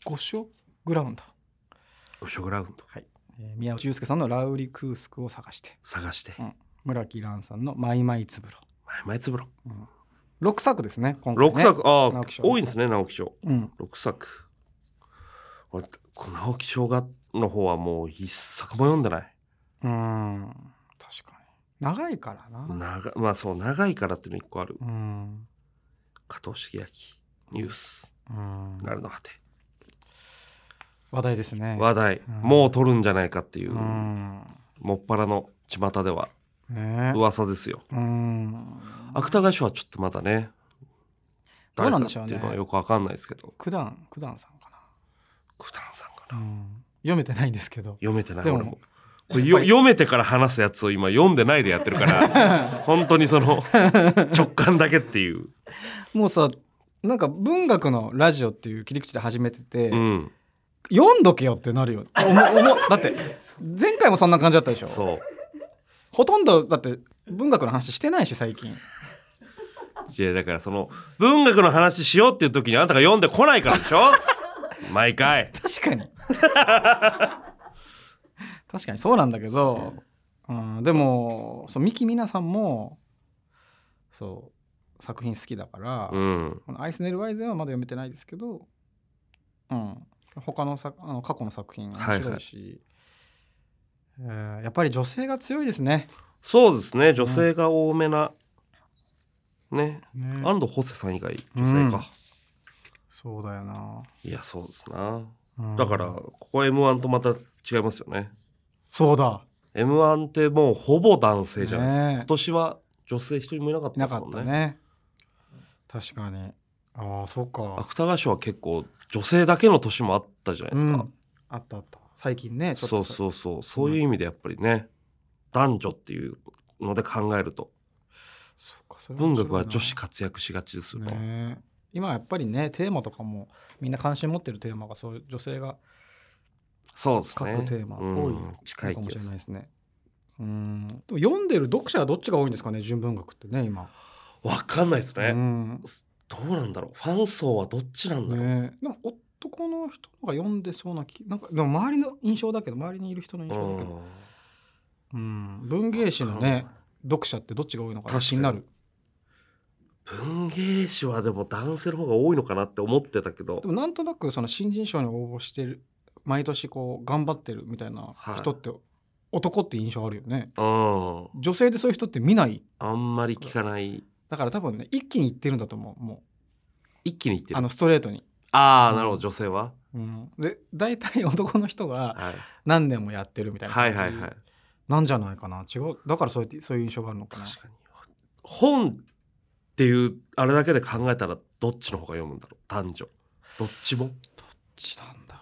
Speaker 1: 御所グラウンド、
Speaker 2: 五色ラウンド
Speaker 1: えー宮内祐介さんの「ラウリクースクを探して
Speaker 2: 探して
Speaker 1: うん」村木蘭さんの「マイマイつぶろ
Speaker 2: 前前つぶろ」
Speaker 1: 6作ですね今回ね
Speaker 2: 六作、ああ
Speaker 1: 直木賞
Speaker 2: 多いんですね直木賞
Speaker 1: うん
Speaker 2: 六作俺この直木賞がの方はもう一作も読んでないう
Speaker 1: ーん確かに長いからな
Speaker 2: 長まあそう長いからっていうの一個ある
Speaker 1: うん
Speaker 2: 加藤茂明ニュース
Speaker 1: うん
Speaker 2: なるの果て
Speaker 1: 話題ですね
Speaker 2: 話題
Speaker 1: うん
Speaker 2: もう取るんじゃないかっていう
Speaker 1: うん
Speaker 2: もっぱらの巷では
Speaker 1: ね
Speaker 2: 噂ですよ
Speaker 1: うん
Speaker 2: 芥川賞はちょっとまだね
Speaker 1: どうなんでしょうね
Speaker 2: 誰かっていうのはよくわかんないですけど
Speaker 1: 九段九段さんか
Speaker 2: 九段さんかな
Speaker 1: な、うん、読めてないんですけど
Speaker 2: 読めてない
Speaker 1: でも
Speaker 2: 俺もこれよ読めてから話すやつを今読んでないでやってるから 本当にその直感だけっていう、
Speaker 1: もうさなんか文学のラジオっていう切り口で始めてて、
Speaker 2: うん、
Speaker 1: 読んどけよってなるよ。おもおもだ って前回もそんな感じだったでしょ
Speaker 2: そう
Speaker 1: ほとんどだって文学の話してないし最近。
Speaker 2: いやだからその文学の話しようっていう時にあんたが読んでこないからでしょ 毎回
Speaker 1: 確かに。確かにそうなんだけど、うん、でもそう三木みなさんもそう作品好きだから、
Speaker 2: うん
Speaker 1: この「アイスネル・ワイゼン」はまだ読めてないですけど、うん、他のさあの過去の作品面白いし、えーやっぱり女性が強いですね。
Speaker 2: そうですね女性が多めな、ね
Speaker 1: ね
Speaker 2: 安藤ホセさん以外女性か、
Speaker 1: そうだよな。
Speaker 2: いやそうですな
Speaker 1: うん
Speaker 2: だからここ m 1とまた違いますよね
Speaker 1: そうだ
Speaker 2: m 1ってもうほぼ男性じゃないですか、
Speaker 1: ねえ
Speaker 2: 今年は女性一人もいなかっ
Speaker 1: い
Speaker 2: たで
Speaker 1: な
Speaker 2: す
Speaker 1: か
Speaker 2: も
Speaker 1: っ
Speaker 2: ん
Speaker 1: たね
Speaker 2: ね
Speaker 1: 確かにああそうか
Speaker 2: 芥川賞は結構女性だけの年もあったじゃないですか、
Speaker 1: うんあったあった最近ねちょっ
Speaker 2: そう
Speaker 1: と
Speaker 2: そうそうそういう意味でやっぱりね、男女っていうので考えると
Speaker 1: そうかそれ
Speaker 2: 文
Speaker 1: 面白い
Speaker 2: 学
Speaker 1: な
Speaker 2: は女子活躍しがちですよね
Speaker 1: ねえ今やっぱりねテーマとかもみんな関心持ってるテーマがそういう女性が
Speaker 2: そうです
Speaker 1: 書
Speaker 2: ね
Speaker 1: くテーマ多い
Speaker 2: うん近い
Speaker 1: か
Speaker 2: 気
Speaker 1: も
Speaker 2: が
Speaker 1: し
Speaker 2: す
Speaker 1: れ
Speaker 2: る
Speaker 1: ないですねうんでも読んでる読者はどっちが多いんですかね純文学ってね今
Speaker 2: わかんないですね、
Speaker 1: うん
Speaker 2: どうなんだろうファン層はどっちなんだろう、
Speaker 1: ねえでも男の人が読んでそうな気なんかでも周りの印象だけど周りにいる人の印
Speaker 2: う
Speaker 1: 象だけど
Speaker 2: ん
Speaker 1: うん文芸誌のね読者ってどっちが多いのかな
Speaker 2: 確
Speaker 1: 気
Speaker 2: かに
Speaker 1: になる
Speaker 2: 文芸誌はでも男性の方が多いのかなって思ってたけど
Speaker 1: でもなんとなくその新人賞に応募してる毎年こう頑張ってるみたいな人って男って印象あるよね
Speaker 2: うん
Speaker 1: 女性でそういう人って見ない
Speaker 2: あんまり聞かない
Speaker 1: だから多分ね一気にいってるんだと思うも
Speaker 2: 一気にいって
Speaker 1: う
Speaker 2: る
Speaker 1: あのストレートに
Speaker 2: ああなるほど女性は、
Speaker 1: うん、で大体男の人が
Speaker 2: はい、
Speaker 1: 何年もやってるみたいな
Speaker 2: は
Speaker 1: 感
Speaker 2: い
Speaker 1: じ
Speaker 2: はいはい
Speaker 1: なんじゃないかな違うだからそうやってそういう印象があるのかな
Speaker 2: 確かに本っていうあれだけで考えたらどっちの方が読むんだろう男女どっちも
Speaker 1: どっちなんだろ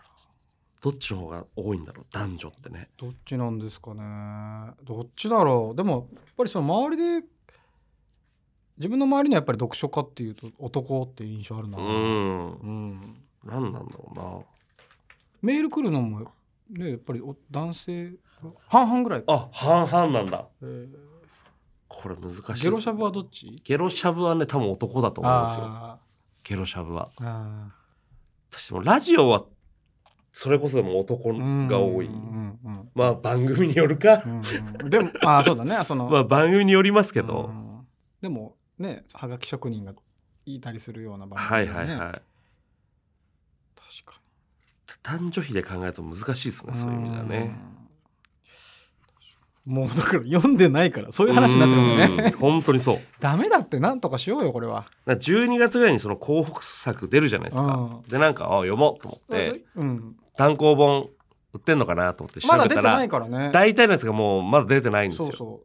Speaker 2: どっちの方が多いんだろう男女ってね
Speaker 1: うどっちなんですかねどっちだろうでもやっぱりその周りで自分の周りにはやっぱり読書家っていうと男っていう印象あるな、
Speaker 2: うーん
Speaker 1: うん
Speaker 2: 何なんだろ、
Speaker 1: メール来るのもねやっぱりお男性半々ぐらいう
Speaker 2: なあ半々なんだ
Speaker 1: えー
Speaker 2: これ難しいです
Speaker 1: ゲロシャブはどっち
Speaker 2: ゲロシャブはね多分男だと思いますよ
Speaker 1: あ
Speaker 2: ゲロシャブは
Speaker 1: ーあ
Speaker 2: 私もラジオはそれこそもう男
Speaker 1: ーうん
Speaker 2: が多い
Speaker 1: うんうんうん
Speaker 2: まあ番組によるか
Speaker 1: うんうんでもああそうだねその、
Speaker 2: まあ番組によりますけ
Speaker 1: う
Speaker 2: ど
Speaker 1: んでもねはがき職人がいたりするような場
Speaker 2: はいはいはい
Speaker 1: 確か
Speaker 2: 男女比で考えると難しいですね
Speaker 1: に
Speaker 2: そういう意味ではね
Speaker 1: うんもうだから読んでないからそういう話になってるもん
Speaker 2: うーん
Speaker 1: ね
Speaker 2: 本当にそう
Speaker 1: ダメだってなんとかしようよこれは
Speaker 2: なんか12月ぐらいにその候補作出るじゃないですか
Speaker 1: う
Speaker 2: でなんかあ読もうと思って
Speaker 1: うん
Speaker 2: 単行本売ってんのかなと思って調
Speaker 1: まだ
Speaker 2: べ
Speaker 1: 出
Speaker 2: た
Speaker 1: てな
Speaker 2: ら
Speaker 1: いからね
Speaker 2: 大体のやつがもうまだ出てないんです
Speaker 1: そう
Speaker 2: よ
Speaker 1: そ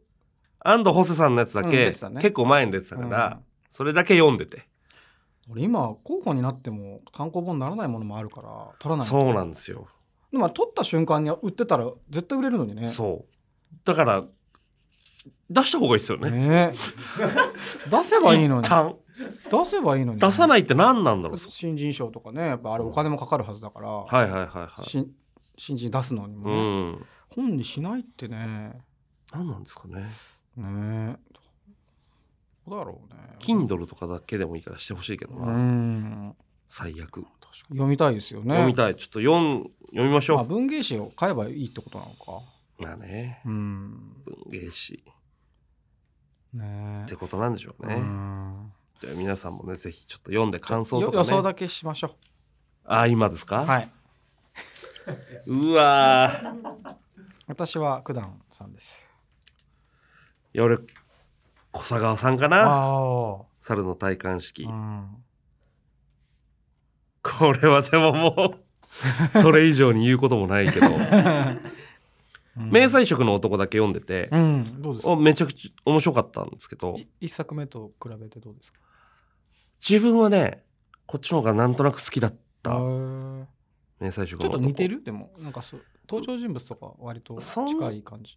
Speaker 2: 安藤ホセさんのやつだ
Speaker 1: うん出
Speaker 2: け
Speaker 1: てたね
Speaker 2: 結構前に出てたからそれだけ読んでて
Speaker 1: う俺今候補になっても単行本にならないものもあるから取らない
Speaker 2: そうなんですよ
Speaker 1: でも取った瞬間に売ってたら絶対売れるのにね
Speaker 2: そうだから出した方がいいですよね
Speaker 1: ね え出せばいいのに
Speaker 2: 一旦
Speaker 1: 出せばいいのに
Speaker 2: 出さないいって何なんだろう
Speaker 1: 新人賞とかねやっぱあれお金もかかるはずだから、
Speaker 2: はいはいはいはい
Speaker 1: 新新人出すのに
Speaker 2: う
Speaker 1: もね、
Speaker 2: ん
Speaker 1: 本にしないってね
Speaker 2: 何なんですかね
Speaker 1: ねえどうだろうね
Speaker 2: Kindle とかだけでもいいからしてほしいけど
Speaker 1: う
Speaker 2: なん最悪
Speaker 1: 読みたいですよね
Speaker 2: 読みたいちょっと読ん読みまし
Speaker 1: まあ、
Speaker 2: ょ
Speaker 1: 文芸誌を買えばいいってことなのか
Speaker 2: うまあね
Speaker 1: うん
Speaker 2: 文芸誌
Speaker 1: ね
Speaker 2: っ
Speaker 1: え
Speaker 2: てことなんでしょうね
Speaker 1: うん
Speaker 2: じゃあ皆さんもねぜひちょっと読んで感想と
Speaker 1: よ予想
Speaker 2: かね
Speaker 1: だけしましょ
Speaker 2: あ今です
Speaker 1: う
Speaker 2: か
Speaker 1: はいう
Speaker 2: わー
Speaker 1: 私は九段さんです
Speaker 2: 俺小佐川さんかな
Speaker 1: あ
Speaker 2: 猿の戴冠式
Speaker 1: うん
Speaker 2: これはでももうそれ以上に言うこともないけど 明細色の男だけ読んでて、
Speaker 1: うんどうですか
Speaker 2: おめちゃくちゃ面白かったんですけど
Speaker 1: い一作目と比べてどうですか
Speaker 2: 自分はねこっちの方がなんとなく好きだった
Speaker 1: へえ
Speaker 2: 明細色
Speaker 1: ち
Speaker 2: の
Speaker 1: ょっ
Speaker 2: 男
Speaker 1: と似てるでもなんかそう登場人物とか割と
Speaker 2: そん
Speaker 1: 近い感じ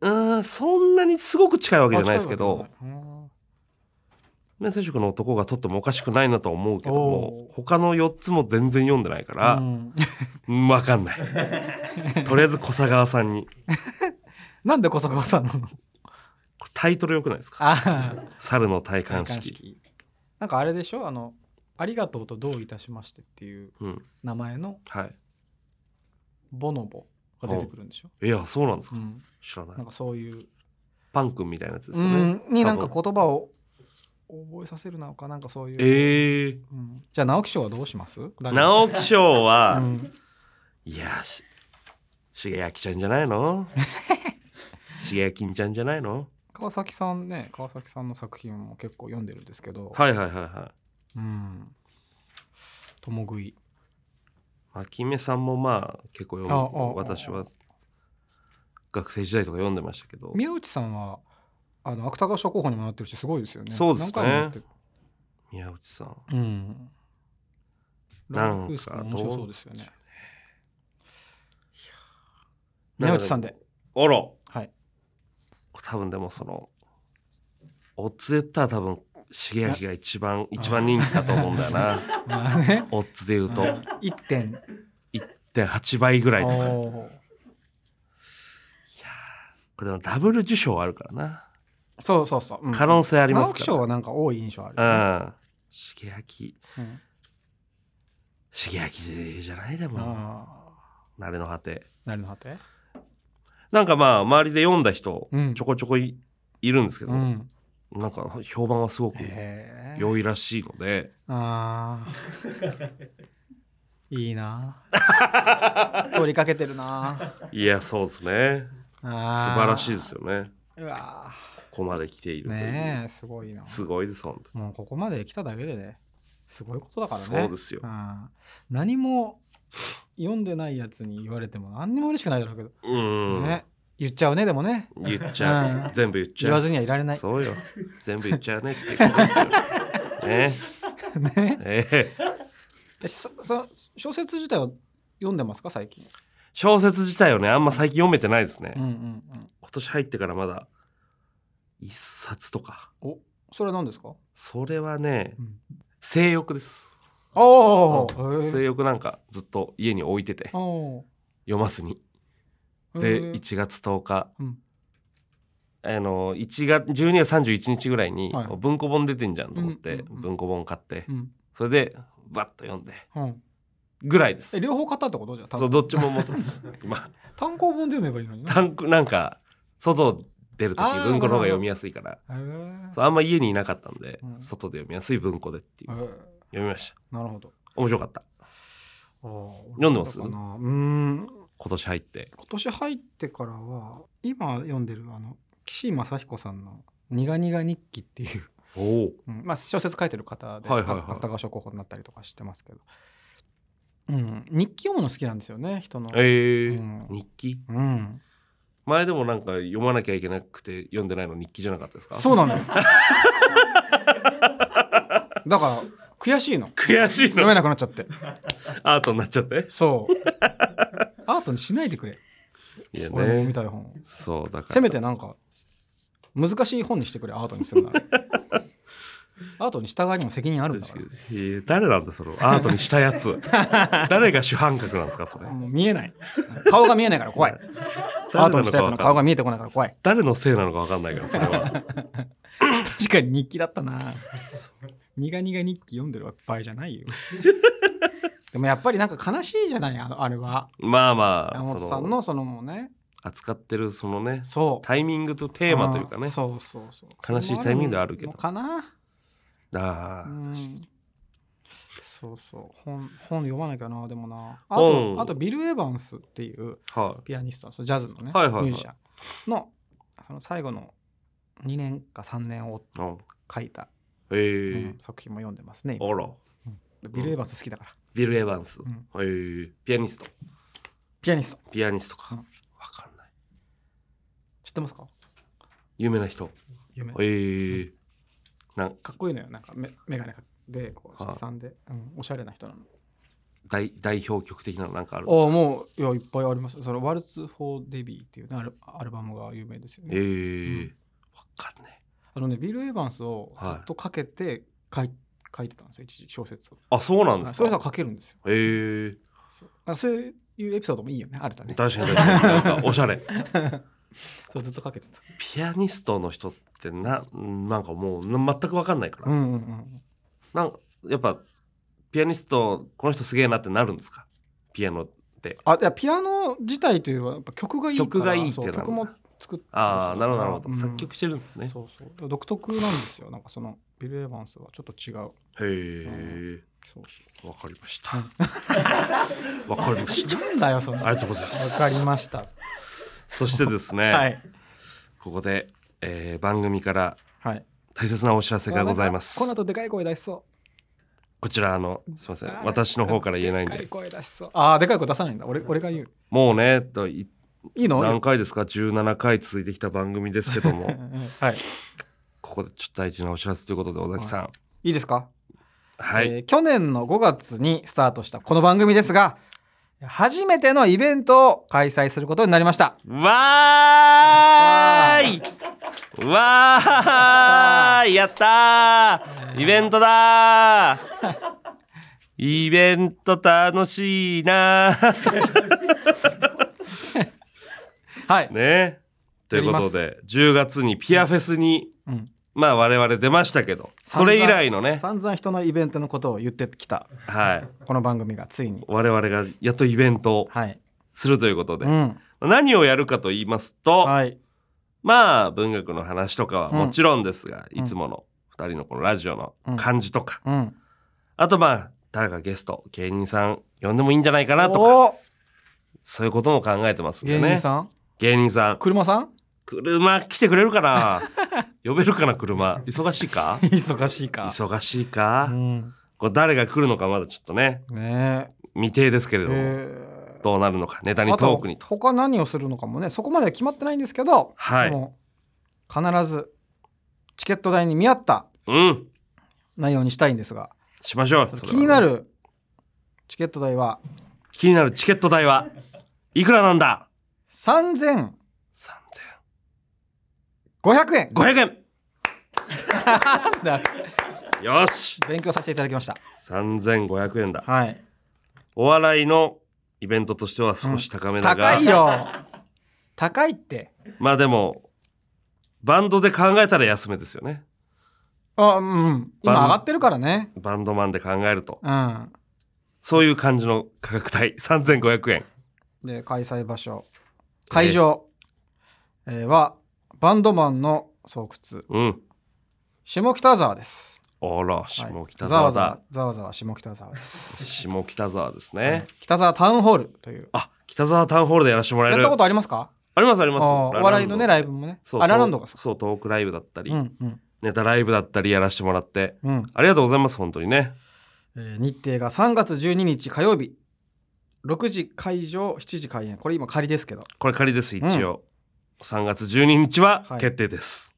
Speaker 2: うーんそんなにすごく近いわけじゃないですけ
Speaker 1: あ近い
Speaker 2: ど
Speaker 1: わけでも
Speaker 2: 明細色の男がとってもおかしくないなとは思うけども
Speaker 1: おー
Speaker 2: 他の4つも全然読んでないか
Speaker 1: ない
Speaker 2: ら
Speaker 1: う、ん
Speaker 2: うん、分かんないとりあえず小佐川さんに
Speaker 1: なんで小坂さんなの
Speaker 2: これタイトルよくないです
Speaker 1: あ
Speaker 2: か
Speaker 1: あ
Speaker 2: 「猿の戴
Speaker 1: 戴
Speaker 2: 冠
Speaker 1: 冠
Speaker 2: 式」
Speaker 1: 式なんかあれでしょあの「ありがとう」と「どういたしまして」っていう
Speaker 2: うん
Speaker 1: 名前の
Speaker 2: はい
Speaker 1: ボノボが出てくるんでしょ、
Speaker 2: いやそうなんです
Speaker 1: う
Speaker 2: か、
Speaker 1: ん、
Speaker 2: 知らない
Speaker 1: なんかそういう
Speaker 2: パン君みたいなやつです
Speaker 1: う
Speaker 2: よね。
Speaker 1: んになんか
Speaker 2: 多
Speaker 1: 言
Speaker 2: 分
Speaker 1: 葉を覚えさせるなのかなんかそういう、
Speaker 2: ええ
Speaker 1: うんじゃあ直木賞はどうします
Speaker 2: ー、
Speaker 1: 誰が
Speaker 2: 直木賞は、
Speaker 1: うん
Speaker 2: いやし重明ちゃんじゃない の重明ちゃんじゃないの
Speaker 1: 川崎さんね川崎さんの作品も結構読んでるんですけど、
Speaker 2: はいはいはいは
Speaker 1: うん共食い
Speaker 2: い牧目さんもまあ結構読
Speaker 1: あああ
Speaker 2: む私は学生時代とか読んでましたけど
Speaker 1: 宮内さんはあの芥川賞候補にもなってるしすごいですよね
Speaker 2: そうで
Speaker 1: 何
Speaker 2: すね
Speaker 1: 回もやってる
Speaker 2: 宮内さん
Speaker 1: うんランフースも面白そうですよね宮内さんで
Speaker 2: あらこ
Speaker 1: はい
Speaker 2: れ多分でもそのオッズで言ったら多分重明が一番一番人気だと思うんだよな
Speaker 1: まあね
Speaker 2: オッズで言うと
Speaker 1: 1点
Speaker 2: 1.8倍ぐらいとか
Speaker 1: おー
Speaker 2: これでもダブル受賞あるからな
Speaker 1: そうそうそう、うん
Speaker 2: 可能性あります
Speaker 1: 直木
Speaker 2: か
Speaker 1: 賞はなんか多い印象あるよね、
Speaker 2: ら、うん重明
Speaker 1: うん
Speaker 2: 重明じゃないでも
Speaker 1: あ
Speaker 2: 慣れの果て
Speaker 1: ーなるの果て
Speaker 2: なんかまあ周りで読んだ人
Speaker 1: うん
Speaker 2: ちょこちょこい,、るんですけど、
Speaker 1: うん
Speaker 2: なんか評判はすごく
Speaker 1: へえ
Speaker 2: 良いらしいので、
Speaker 1: あー いい な通りかけてるない
Speaker 2: やそうですね
Speaker 1: 素
Speaker 2: 素晴らしいですよね
Speaker 1: うわ
Speaker 2: ここまで来ている
Speaker 1: ー
Speaker 2: という、
Speaker 1: ねえすごいな
Speaker 2: すごいです本当に
Speaker 1: もうここまで来ただけでねすごいことだからね
Speaker 2: そうですよ
Speaker 1: うん何も読んでないやつに言われても何にも嬉しくないだろうけど、
Speaker 2: うん、
Speaker 1: ね言っちゃうねでもね
Speaker 2: 言っちゃう、
Speaker 1: うん
Speaker 2: 全部言っちゃう
Speaker 1: 言わずにはいられない
Speaker 2: そうよ全部言っちゃうねっていうことですよね
Speaker 1: ね
Speaker 2: ええ
Speaker 1: えそそ小説自体は読んでますか最近、
Speaker 2: 小説自体をねあんま最近読めてないですね、
Speaker 1: うんうんうん、
Speaker 2: 今年入ってからまだ一冊とか
Speaker 1: おそれは何ですか、
Speaker 2: それはね
Speaker 1: うん、
Speaker 2: 性欲です
Speaker 1: おーへー
Speaker 2: 性欲なんかずっと家に置いてて
Speaker 1: お
Speaker 2: 読ますに
Speaker 1: ー
Speaker 2: で
Speaker 1: へー
Speaker 2: 1月10日
Speaker 1: うん
Speaker 2: あの1月12月31日ぐらいに
Speaker 1: はい
Speaker 2: 文庫本出てんじゃんと思って
Speaker 1: うんうんうん
Speaker 2: 文庫本買って
Speaker 1: うん
Speaker 2: それでバッと読んで
Speaker 1: うん、
Speaker 2: ぐらいです
Speaker 1: え両方買ったってことじゃあ
Speaker 2: そうどっちも持ってます今
Speaker 1: 単行本で読めばいいのにな
Speaker 2: 単行なんか外出る時
Speaker 1: あー
Speaker 2: 文庫の方が読みやすいから
Speaker 1: へー
Speaker 2: そうあんま家にいなかったんで
Speaker 1: うん
Speaker 2: 外で読みやすい文庫でっていう
Speaker 1: へ
Speaker 2: 読
Speaker 1: ー
Speaker 2: みました
Speaker 1: なるほど
Speaker 2: 面白かった
Speaker 1: 読
Speaker 2: 読んでます
Speaker 1: うーん
Speaker 2: 今年入って
Speaker 1: 今年入ってからは今読んでるあの岸正彦さんの「苦々日記」っていう、
Speaker 2: おお
Speaker 1: うんまあ、小説書いてる方で
Speaker 2: はいはいはい
Speaker 1: 芥川賞候補になったりとかしてますけど、うん、日記読むの好きなんですよね人の。
Speaker 2: え
Speaker 1: うん
Speaker 2: ー日記
Speaker 1: うん、
Speaker 2: 前でもなんか読まなきゃいけなくて読んでないの日記じゃなかったですか
Speaker 1: そうなのよだから悔しいの
Speaker 2: 悔しい
Speaker 1: 読め
Speaker 2: の
Speaker 1: なくなっちゃって
Speaker 2: アートになっちゃって
Speaker 1: そうアートにしないでくれ、
Speaker 2: いや
Speaker 1: 俺の読み
Speaker 2: ね
Speaker 1: たい本を
Speaker 2: そうだから
Speaker 1: せめてなんか難しい本にしてくれアートにする ならアートにした側にも責任あるんだか
Speaker 2: いや誰なんだそのアートにしたやつ 誰が主犯格なんですかそれ
Speaker 1: らもう見えない顔が見えないから 怖いアートにしたやつの顔が見えてこないから怖い
Speaker 2: 誰のせいなのか分かんないからそれは
Speaker 1: 確かに日記だったな苦々日記読んでる場合じゃないよ でもやっぱりなんか悲しいじゃないあのあれは
Speaker 2: まあまあ
Speaker 1: 山本さ
Speaker 2: そ
Speaker 1: ん
Speaker 2: の
Speaker 1: のそのもうね
Speaker 2: 扱ってるそのね
Speaker 1: そう
Speaker 2: タイミングとテーマというか
Speaker 1: あー
Speaker 2: ね
Speaker 1: そうそうそう
Speaker 2: 悲しいタイミングではあるけど
Speaker 1: のかな
Speaker 2: だ
Speaker 1: う
Speaker 2: ー
Speaker 1: んそうそう本本読まなきゃなでもなあ
Speaker 2: 本
Speaker 1: とあとビル・エヴァンスっていう
Speaker 2: は
Speaker 1: ピアニストのそのジャズのね、
Speaker 2: はいはいはい
Speaker 1: ミュージシャンのその最後の2年か3年を
Speaker 2: いうん
Speaker 1: 書いた、
Speaker 2: え
Speaker 1: う
Speaker 2: ー
Speaker 1: ん作品も読んでますね今
Speaker 2: あら
Speaker 1: ビル・エヴァンス好きだから
Speaker 2: ビル・エヴァンス
Speaker 1: ん
Speaker 2: えーピアニスト
Speaker 1: ピアニスト
Speaker 2: ピアニストか
Speaker 1: うん
Speaker 2: 分かんない
Speaker 1: 知ってますか
Speaker 2: 有名な人
Speaker 1: 有名
Speaker 2: えーなん
Speaker 1: かっこいいのよなんかめ眼鏡でこう
Speaker 2: はい
Speaker 1: 七三で、うん、おしゃれな人なの
Speaker 2: 代代表曲的なのなんかあるんですか
Speaker 1: ああもういやいっぱいありますそのワルツ・フォー・デビーっていう、ね、アルアルバムが有名ですよ
Speaker 2: え
Speaker 1: ね、
Speaker 2: ー分かんねえ
Speaker 1: あのねビル・エヴァンスをずっとかけて書い,、書いてたんですよ一時小説を
Speaker 2: あそうなんです
Speaker 1: あ
Speaker 2: か
Speaker 1: そういう人が書けるんですよ
Speaker 2: えー
Speaker 1: そうなんかそういうエピソードもいいよねあるとね
Speaker 2: 確かに確かになんかおしゃれ
Speaker 1: そうずっとかけてた
Speaker 2: ピアニストの人ってななんかもうな全く分かんないから、
Speaker 1: うんうんうん
Speaker 2: なんやっぱピアニストこの人すげえなってなるんですかピアノって
Speaker 1: あいやピアノ自体というよりはやっぱ曲がいいから
Speaker 2: 曲がいいって
Speaker 1: そう
Speaker 2: なんだ
Speaker 1: 曲も作って
Speaker 2: ああ
Speaker 1: そう
Speaker 2: な
Speaker 1: そ
Speaker 2: る
Speaker 1: う
Speaker 2: ほどなるほど、
Speaker 1: うん
Speaker 2: 作曲してるんですね
Speaker 1: そうそう独特なんですよなんかそのビル・エヴァンスはちょっと違う
Speaker 2: へ
Speaker 1: そうそ
Speaker 2: えわかりました わかりました
Speaker 1: うなんだよその
Speaker 2: ありがとうございま
Speaker 1: わ
Speaker 2: す
Speaker 1: かりました
Speaker 2: そしてですね、
Speaker 1: はい
Speaker 2: ここで、えー番組から
Speaker 1: はい
Speaker 2: 大切なお知らせがございます
Speaker 1: この後でかい声出しそう
Speaker 2: こちらあのすいません
Speaker 1: あー
Speaker 2: 私の方から言えないん
Speaker 1: でか
Speaker 2: で
Speaker 1: い声出しそうああでかい声出さないんだ俺俺が言う
Speaker 2: もうねとい
Speaker 1: いいの
Speaker 2: 何回ですか17回続いてきた番組ですけ ども
Speaker 1: うんうんはい。
Speaker 2: ここでちょっと大事なお知らせということで、尾崎さん。
Speaker 1: いいですか、
Speaker 2: はい。
Speaker 1: えー去年の5月にスタートしたこの番組ですが、初めてのイベントを開催することになりました。
Speaker 2: わーいわーいやったーイベントだーイベント楽しいな ー
Speaker 1: はい。
Speaker 2: ね。ということで、10月にピアフェスに、
Speaker 1: うん。
Speaker 2: まあ我々出ましたけど、それ以来のね、
Speaker 1: 散々人のイベントのことを言ってきた、
Speaker 2: はい。
Speaker 1: この番組がついに。
Speaker 2: 我々がやっとイベントを
Speaker 1: はい。
Speaker 2: するということで
Speaker 1: う、ん。
Speaker 2: 何をやるかと言いますと、
Speaker 1: はい。
Speaker 2: まあ文学の話とかはもちろんですが、いつもの2人のこのラジオの感じとか、
Speaker 1: うん。
Speaker 2: あとまあ誰かゲスト芸人さん呼んでもいいんじゃないかなとか
Speaker 1: おー
Speaker 2: そういうことも考えてますんで
Speaker 1: 芸
Speaker 2: ね
Speaker 1: 人さん
Speaker 2: 芸人さん
Speaker 1: 車さん
Speaker 2: 車来てくれる かな呼べるかな車忙しいか
Speaker 1: 忙しいか。
Speaker 2: 忙しいか、
Speaker 1: うん。
Speaker 2: これ誰が来るのかまだちょっとね
Speaker 1: ね
Speaker 2: 未定ですけれ
Speaker 1: え
Speaker 2: ども、
Speaker 1: え
Speaker 2: どうなるのかネタ
Speaker 1: ー
Speaker 2: に
Speaker 1: あ
Speaker 2: トー
Speaker 1: と
Speaker 2: クにと
Speaker 1: 他何をするのかもねそこまでは決まってないんですけど、
Speaker 2: はい
Speaker 1: でも必ずチケット代に見合った
Speaker 2: うん
Speaker 1: 内容にしたいんですが
Speaker 2: しましょうそれはね
Speaker 1: 気になるチケット代は
Speaker 2: 気になるチケット代はいくらなんだ
Speaker 1: 3500
Speaker 2: 3500
Speaker 1: 円なん
Speaker 2: 円
Speaker 1: だ
Speaker 2: よし
Speaker 1: 勉強させていただきました
Speaker 2: 3500円だ
Speaker 1: はい
Speaker 2: お笑いのイベントとしては少し高めだが、
Speaker 1: 高いよ高いって
Speaker 2: まあでもバンドで考えたら安めですよね
Speaker 1: あうん今
Speaker 2: バン
Speaker 1: 上がってるからね
Speaker 2: バンドマンで考えると
Speaker 1: うん
Speaker 2: そういう感じの価格帯3500円
Speaker 1: で開催場所会場、えーはバンドマンの巣窟
Speaker 2: うん
Speaker 1: 下北沢です、
Speaker 2: あら
Speaker 1: はい
Speaker 2: 下北沢だ、
Speaker 1: ざわざわざわざわ下北沢です
Speaker 2: 下北沢ですね
Speaker 1: 北沢タウンホールという
Speaker 2: あ北沢タウンホールでやらせてもらえ
Speaker 1: やっ
Speaker 2: る
Speaker 1: たことありますか
Speaker 2: ありますあります
Speaker 1: あーお笑いのねライ
Speaker 2: ブ
Speaker 1: ブもね
Speaker 2: そう
Speaker 1: あラランドがそ
Speaker 2: そうトークライブだったり、
Speaker 1: ううんうん
Speaker 2: ネタライブだったりやらせてもらって
Speaker 1: うん
Speaker 2: ありがとうございます本当にね
Speaker 1: えー日程が3月12日火曜日6時会場7時開演これ今仮ですけど、
Speaker 2: これ仮です一応、3月12日は
Speaker 1: はい
Speaker 2: 決定です、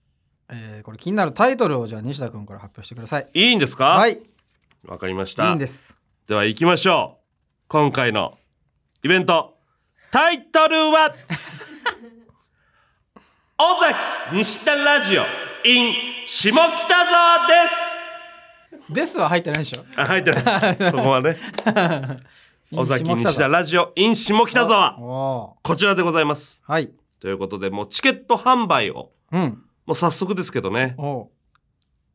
Speaker 1: えーこれ気になるタイトルをじゃあ西田君から発表してください
Speaker 2: い、いんですか
Speaker 1: はいい
Speaker 2: わかりました
Speaker 1: いんです
Speaker 2: では行きましょう今回のイベントタイトルは 尾崎西田ラジオ in 下北沢です
Speaker 1: ですは入ってないでしょ
Speaker 2: あ入ってな いですそこはね尾崎西田ラジオ in 下北沢
Speaker 1: お
Speaker 2: こちらでございます
Speaker 1: ーはい
Speaker 2: ということでもうチケット販売を
Speaker 1: うん
Speaker 2: もう早速ですけどね
Speaker 1: おう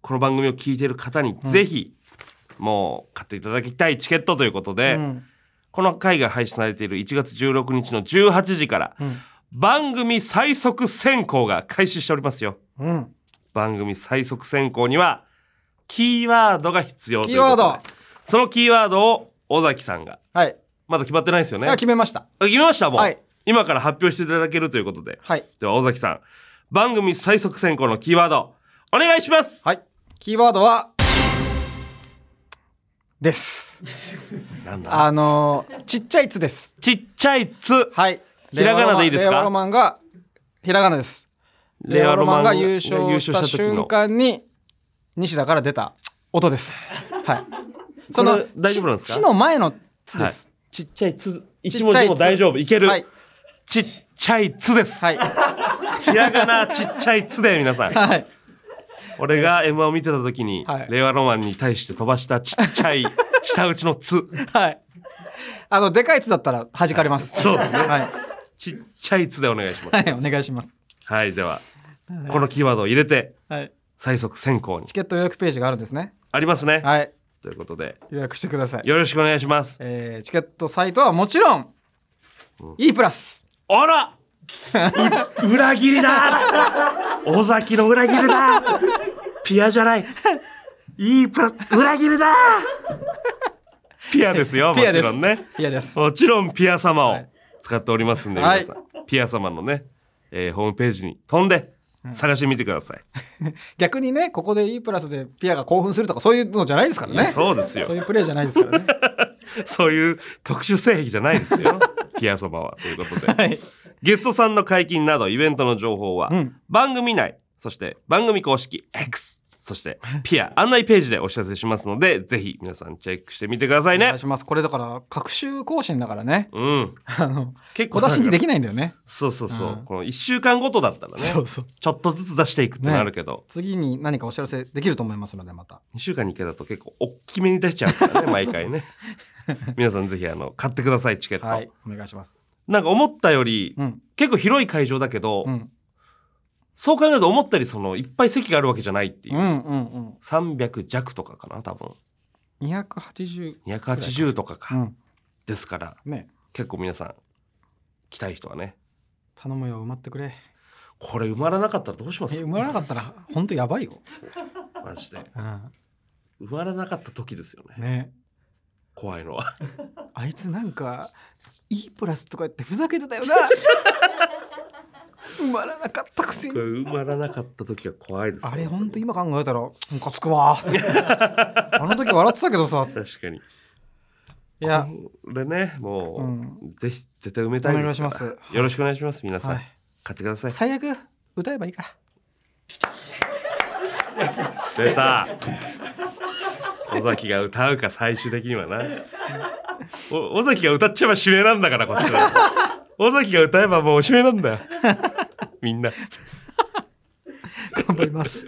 Speaker 2: この番組を聞いている方にぜひ、もう買っていただきたいチケットということで、
Speaker 1: うん
Speaker 2: この回が配信されている1月16日の18時から、
Speaker 1: うん
Speaker 2: 番組最速選考が開始しておりますよ
Speaker 1: うん
Speaker 2: 番組最速選考にはキーワードが必要と
Speaker 1: キ
Speaker 2: い
Speaker 1: ー
Speaker 2: うこ
Speaker 1: ワ
Speaker 2: と
Speaker 1: ー
Speaker 2: で
Speaker 1: ド
Speaker 2: そのキーワードを尾崎さんが
Speaker 1: はい
Speaker 2: まだ決まってないですよね
Speaker 1: あ決めました
Speaker 2: 決めましたもう、
Speaker 1: はい
Speaker 2: 今から発表していただけるということで
Speaker 1: はい
Speaker 2: では尾崎さん番組最速選考のキーワードお願いします
Speaker 1: はいキーワードはです
Speaker 2: なんだ
Speaker 1: あのーちっちゃい「つ」です
Speaker 2: ちっちゃい「つ」
Speaker 1: はい
Speaker 2: ひらがなでいいですか
Speaker 1: レオロマンがひらがなですレオロマンが優勝した瞬間に西田から出た音です。はい。そ
Speaker 2: こ
Speaker 1: の
Speaker 2: れ大丈夫なんですか
Speaker 1: ちちの前のつです。
Speaker 2: ちっちゃい「つ」一
Speaker 1: ちっ
Speaker 2: 文
Speaker 1: ちゃ
Speaker 2: 字
Speaker 1: い
Speaker 2: も
Speaker 1: つ
Speaker 2: 大丈夫いける、
Speaker 1: はい
Speaker 2: ちっちゃい「つ」です、
Speaker 1: はい
Speaker 2: ひらがなちっちゃい「つ」で皆さん
Speaker 1: はい
Speaker 2: 俺が M1 を見てた時に、
Speaker 1: はい
Speaker 2: 令和ロマンに対して飛ばしたちっち ゃい舌打ちの「つ
Speaker 1: はい。あのでかいつだったら弾かれます」。
Speaker 2: そうですね
Speaker 1: はい
Speaker 2: ちっちゃい「つ」でお願いします
Speaker 1: はいお願いします。
Speaker 2: はいではこのキーワードを入れて
Speaker 1: はい。
Speaker 2: 最速選考に
Speaker 1: チケット予約ページがあるんですね。
Speaker 2: ありますね、
Speaker 1: はい。
Speaker 2: ということで
Speaker 1: 予約してください。
Speaker 2: よろしくお願いします
Speaker 1: えー、チケットサイトはもちろん、E プラス
Speaker 2: あらう裏切りだ尾崎の裏切りだピアじゃないいいプラ裏切りだピアですよ も
Speaker 1: ピア
Speaker 2: ち
Speaker 1: です
Speaker 2: ろんね
Speaker 1: いやです。
Speaker 2: もちろんピア様を
Speaker 1: い
Speaker 2: 使っておりますんで、
Speaker 1: はい
Speaker 2: 皆さんピア様のね、えーホームページに飛んで探してみてください、
Speaker 1: 逆にねここで E プラスでピアが興奮するとかそういうのじゃないですからね。
Speaker 2: そうですよ
Speaker 1: そういうプレイじゃないですからね。
Speaker 2: そういう特殊性癖じゃないで すよピア様 はということで、
Speaker 1: はい。
Speaker 2: ゲストさんの解禁などイベントの情報は、番組内そして番組公式 X そしてピア案内ページでお知らせしますのでぜひ皆さんチェックしてみてください
Speaker 1: お
Speaker 2: ね
Speaker 1: 願いします。これだから、各週更新だからね。
Speaker 2: うん
Speaker 1: あの、
Speaker 2: 結構
Speaker 1: 小出しにで
Speaker 2: き
Speaker 1: きないんだよね。
Speaker 2: そうそうそう、この1週間ごとだったらね
Speaker 1: そうそう
Speaker 2: ちょっとずつ出していくってなるけど、
Speaker 1: 次に何かお知らせできると思いますので、また。
Speaker 2: 2週間に1回だと結構大きめに出しちゃうか らね毎回ね皆さんぜひあの買ってくださいチケット、
Speaker 1: はい。お願いします。
Speaker 2: なんか思ったより、
Speaker 1: うん。
Speaker 2: 結構広い会場だけど、
Speaker 1: うん。
Speaker 2: そう考えると思ったよりそのいっぱい席があるわけじゃないっていうう、
Speaker 1: んうんうん。
Speaker 2: 300弱とかかな多分
Speaker 1: 280。
Speaker 2: 280とかか、
Speaker 1: うん。
Speaker 2: ですから
Speaker 1: ね。
Speaker 2: 結構皆さん来たい人はね
Speaker 1: 頼むよ、埋まってくれ。
Speaker 2: これ埋まらなかったらどうしま
Speaker 1: え、
Speaker 2: す
Speaker 1: 埋まらなかったら、ほんとやばいよ。
Speaker 2: マジで
Speaker 1: うん。
Speaker 2: 埋まらなかった時ですよね
Speaker 1: ね。
Speaker 2: 怖いのは
Speaker 1: あいつなんか、E プラスとか言ってふざけてたよな。埋まらなかったくせ
Speaker 2: これ埋まらなかった時は怖いです
Speaker 1: あれほんと今考えたらムカつくわーってあの時笑ってたけどさつって
Speaker 2: 確かに
Speaker 1: いや
Speaker 2: これねもう、
Speaker 1: う
Speaker 2: ぜひ絶対埋めたいですから
Speaker 1: お願いしま
Speaker 2: よろしくお願いします皆さん、
Speaker 1: はい
Speaker 2: 買ってください
Speaker 1: 最悪歌えばいいから
Speaker 2: 出た尾崎が歌うか最終的 にはなお尾崎が歌っちゃえば指名なんだからこっ ちは尾崎が歌えばもうおしめなんだよみんな
Speaker 1: 頑張ります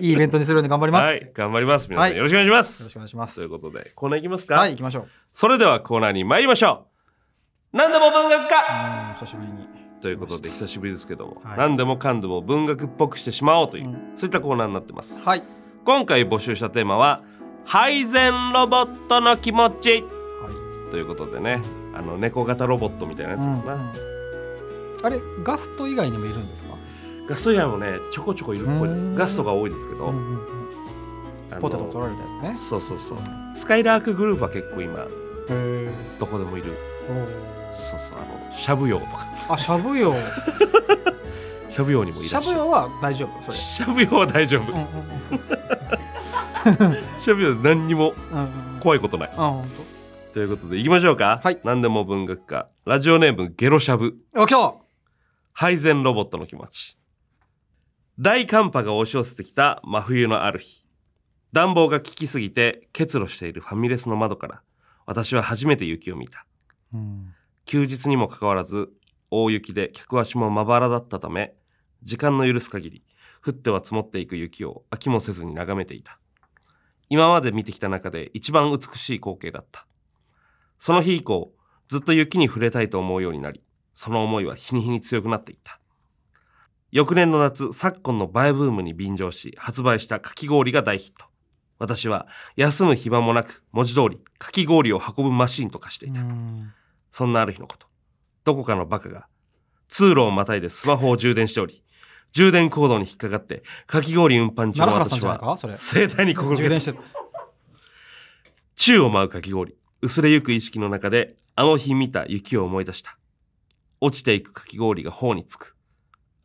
Speaker 1: いいイベントにするように頑張ります、
Speaker 2: は
Speaker 1: よ
Speaker 2: い頑張ります皆さん、
Speaker 1: はい
Speaker 2: よろしくお願いしま
Speaker 1: ろしく
Speaker 2: す
Speaker 1: お願いしま
Speaker 2: とい
Speaker 1: す
Speaker 2: うことでコーナーいきますか、
Speaker 1: はい行きましょう
Speaker 2: それではコーナーに参りましょう何でも文学
Speaker 1: う
Speaker 2: 家
Speaker 1: ん久しぶりに
Speaker 2: ということで久しぶりですけども、
Speaker 1: はい
Speaker 2: 何でもかんでも文学っぽくしてしまおうという、
Speaker 1: うん
Speaker 2: そういったコーナーになってます
Speaker 1: はい
Speaker 2: 今回募集したテーマは「配膳ロボットの気持ち
Speaker 1: はい」
Speaker 2: ということでねあの猫型ロボットみたいなやつですな、
Speaker 1: あれガスト以外にもいるんですか、
Speaker 2: ガスト以外もねちょこちょこいるっぽいで
Speaker 1: う
Speaker 2: す
Speaker 1: ん
Speaker 2: ガストが多いですけど、あの
Speaker 1: ポテト取られたやつね
Speaker 2: そうそうそうスカイラークグループは結構今
Speaker 1: へえ
Speaker 2: どこでもいるそうそうあのしゃぶ用とか
Speaker 1: あしゃぶよ
Speaker 2: しゃぶ用にもい
Speaker 1: し
Speaker 2: ら
Speaker 1: ゃ
Speaker 2: っし
Speaker 1: ぶ
Speaker 2: ゃる
Speaker 1: よは大丈夫それ
Speaker 2: しゃぶ用は大丈夫
Speaker 1: うんうんうん
Speaker 2: しゃぶ用何にも
Speaker 1: うんうん
Speaker 2: 怖いことない
Speaker 1: あ本
Speaker 2: ということでいきましょうか、
Speaker 1: はい
Speaker 2: 何でも文学家ラジオネームゲロしゃぶ
Speaker 1: 当。あ今
Speaker 2: 配膳ロボットの気持ち大寒波が押し寄せてきた真冬のある日暖房が効きすぎて結露しているファミレスの窓から私は初めて雪を見た
Speaker 1: 日、うん、
Speaker 2: 休日にもかかわらず大雪で客足もまばらだったため時間の許す限り降っては積もっていく雪を飽きもせずに眺めていた今まで見てきた中で一番美しい光景だったその日以降ずっと雪に触れたいと思うようになりその思いは日に日に強くなっていった翌年の夏昨今のバイブームに便乗し発売したかき氷が大ヒット私は休む暇もなく文字通りかき氷を運ぶマシンと化していた
Speaker 1: うん
Speaker 2: そんなある日のこと。どこかのバカが、通路をまたいでスマホを充電しており、充電コードに引っかかって、かき氷運搬中
Speaker 1: 奈良
Speaker 2: の
Speaker 1: 原さん
Speaker 2: 私
Speaker 1: じゃない
Speaker 2: は、
Speaker 1: かそれ
Speaker 2: 盛大に心
Speaker 1: 充
Speaker 2: が
Speaker 1: 電
Speaker 2: け、
Speaker 1: してた
Speaker 2: 宙を舞うかき氷。薄れゆく意識の中で、あの日見た雪を思い出した。落ちていくかき氷が頬につく。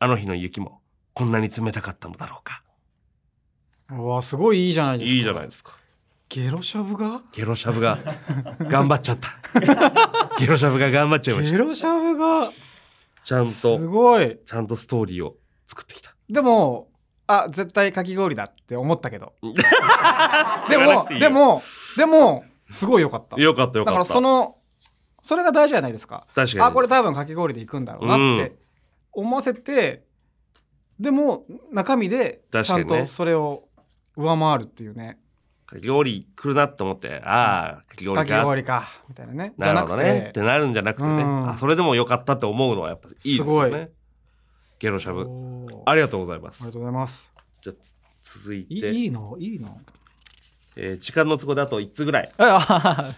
Speaker 2: あの日の雪も、こんなに冷たかったのだろうか。
Speaker 1: うわすごいいいじゃないですか
Speaker 2: いいじゃないですか。
Speaker 1: ゲロしゃぶが
Speaker 2: ゲロシャブが、頑張っちゃった。 ゲロシャブが頑張っちゃいま
Speaker 1: ゲ
Speaker 2: した。
Speaker 1: ロしゃぶが
Speaker 2: ちゃん
Speaker 1: す
Speaker 2: と、
Speaker 1: ごい
Speaker 2: ちゃんとストーリーを作ってきた。
Speaker 1: でもあ絶対かき氷だって思った けどで
Speaker 2: 言わな
Speaker 1: も
Speaker 2: くていいよ
Speaker 1: でもでもすごい良かった
Speaker 2: よかったよか
Speaker 1: だ
Speaker 2: った。
Speaker 1: からそのそれが大事じゃないですか
Speaker 2: 確かに
Speaker 1: あこれ多分かき氷でいくんだろうなって思わせて、でも中身で
Speaker 2: 確
Speaker 1: ち
Speaker 2: か
Speaker 1: ゃ
Speaker 2: に
Speaker 1: ん
Speaker 2: ね
Speaker 1: とそれを上回るっていうね
Speaker 2: かき氷来るなと思ってああかき氷
Speaker 1: か
Speaker 2: か
Speaker 1: き氷かみたいなねじゃ
Speaker 2: なる
Speaker 1: な
Speaker 2: ほ
Speaker 1: く
Speaker 2: どねっててなるんじゃなくてね
Speaker 1: うん
Speaker 2: あそれでもよかったって思うのはやっぱいいです
Speaker 1: すご
Speaker 2: よ
Speaker 1: い
Speaker 2: ねゲロしゃぶ
Speaker 1: おーあ
Speaker 2: ありがとうござい
Speaker 1: り
Speaker 2: ま
Speaker 1: が
Speaker 2: す
Speaker 1: とうございます
Speaker 2: じゃあつ続い
Speaker 1: いい
Speaker 2: て
Speaker 1: いいのいいの
Speaker 2: えー時間の都合であと1つぐらい
Speaker 1: えあはは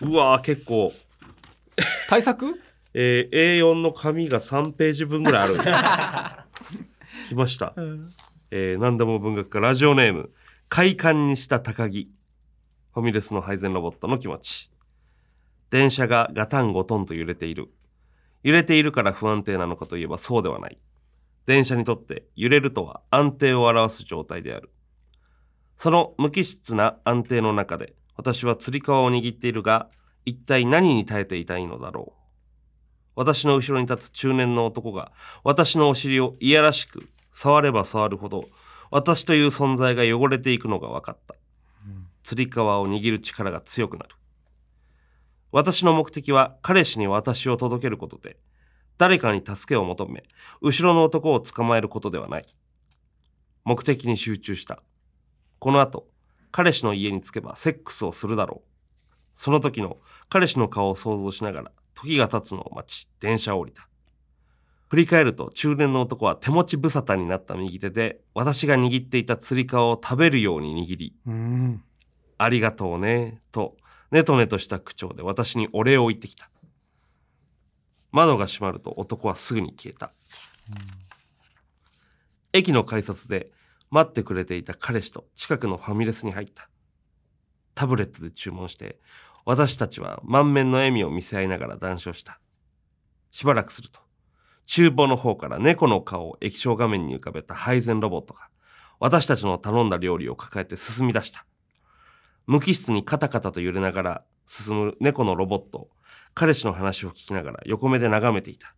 Speaker 2: うわー結構
Speaker 1: 対 策
Speaker 2: えー A4 の紙が3ページ分ぐらい ある来ましたえー何でも文学家ラジオネーム快感にした高木ファミレスの配膳ロボットの気持ち電車がガタンゴトンと揺れている揺れているから不安定なのかといえばそうではない電車にとって揺れるとは安定を表す状態であるその無機質な安定の中で私はつり革を握っているが一体何に耐えていたいのだろう私の後ろに立つ中年の男が私のお尻をいやらしく触れば触るほど私という存在が汚れていくのが分かった釣り革を握る力が強くなる私の目的は彼氏に私を届けることで誰かに助けを求め後ろの男を捕まえることではない目的に集中したこの後彼氏の家に着けばセックスをするだろうその時の彼氏の顔を想像しながら時が経つのを待ち電車を降りた振り返ると中年の男は手持ち無沙汰になった右手で私が握っていた釣り革を食べるように握り
Speaker 1: うん
Speaker 2: 「ありがとうね」とネトネとした口調で私にお礼を言ってきた窓が閉まると男はすぐに消えた、駅の改札で待ってくれていた彼氏と近くのファミレスに入ったタブレットで注文して私たちは満面の笑みを見せ合いながら談笑したしばらくすると厨房の方から猫の顔を液晶画面に浮かべた配膳ロボットが、私たちの頼んだ料理を抱えて進み出した。無機質にカタカタと揺れながら進む猫のロボットを、彼氏の話を聞きながら横目で眺めていた。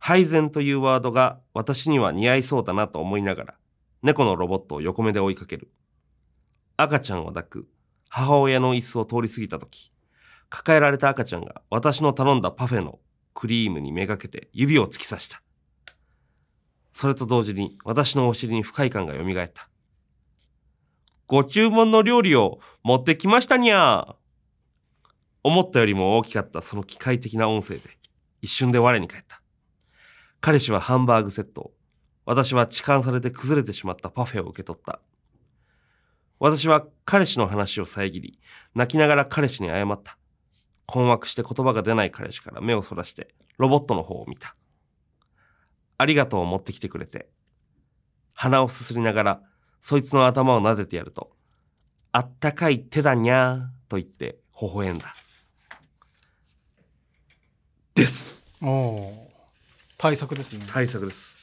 Speaker 2: 配膳というワードが私には似合いそうだなと思いながら、猫のロボットを横目で追いかける。赤ちゃんを抱く母親の椅子を通り過ぎた時抱えられた赤ちゃんが私の頼んだパフェのクリームにめがけて指を突き刺したそれと同時に私のお尻に不快感がよみがえったご注文の料理を持ってきましたにゃー思ったよりも大きかったその機械的な音声で一瞬で我に返った彼氏はハンバーグセットを私は痴漢されて崩れてしまったパフェを受け取った私は彼氏の話を遮り、泣きながら彼氏に謝った。困惑して言葉が出ない彼氏から目をそらして、ロボットの方を見た。ありがとうを持ってきてくれて。鼻をすすりながら、そいつの頭を撫でてやると、あったかい手だにゃーと言って微笑んだ。です。
Speaker 1: おお対策ですね
Speaker 2: 対策です。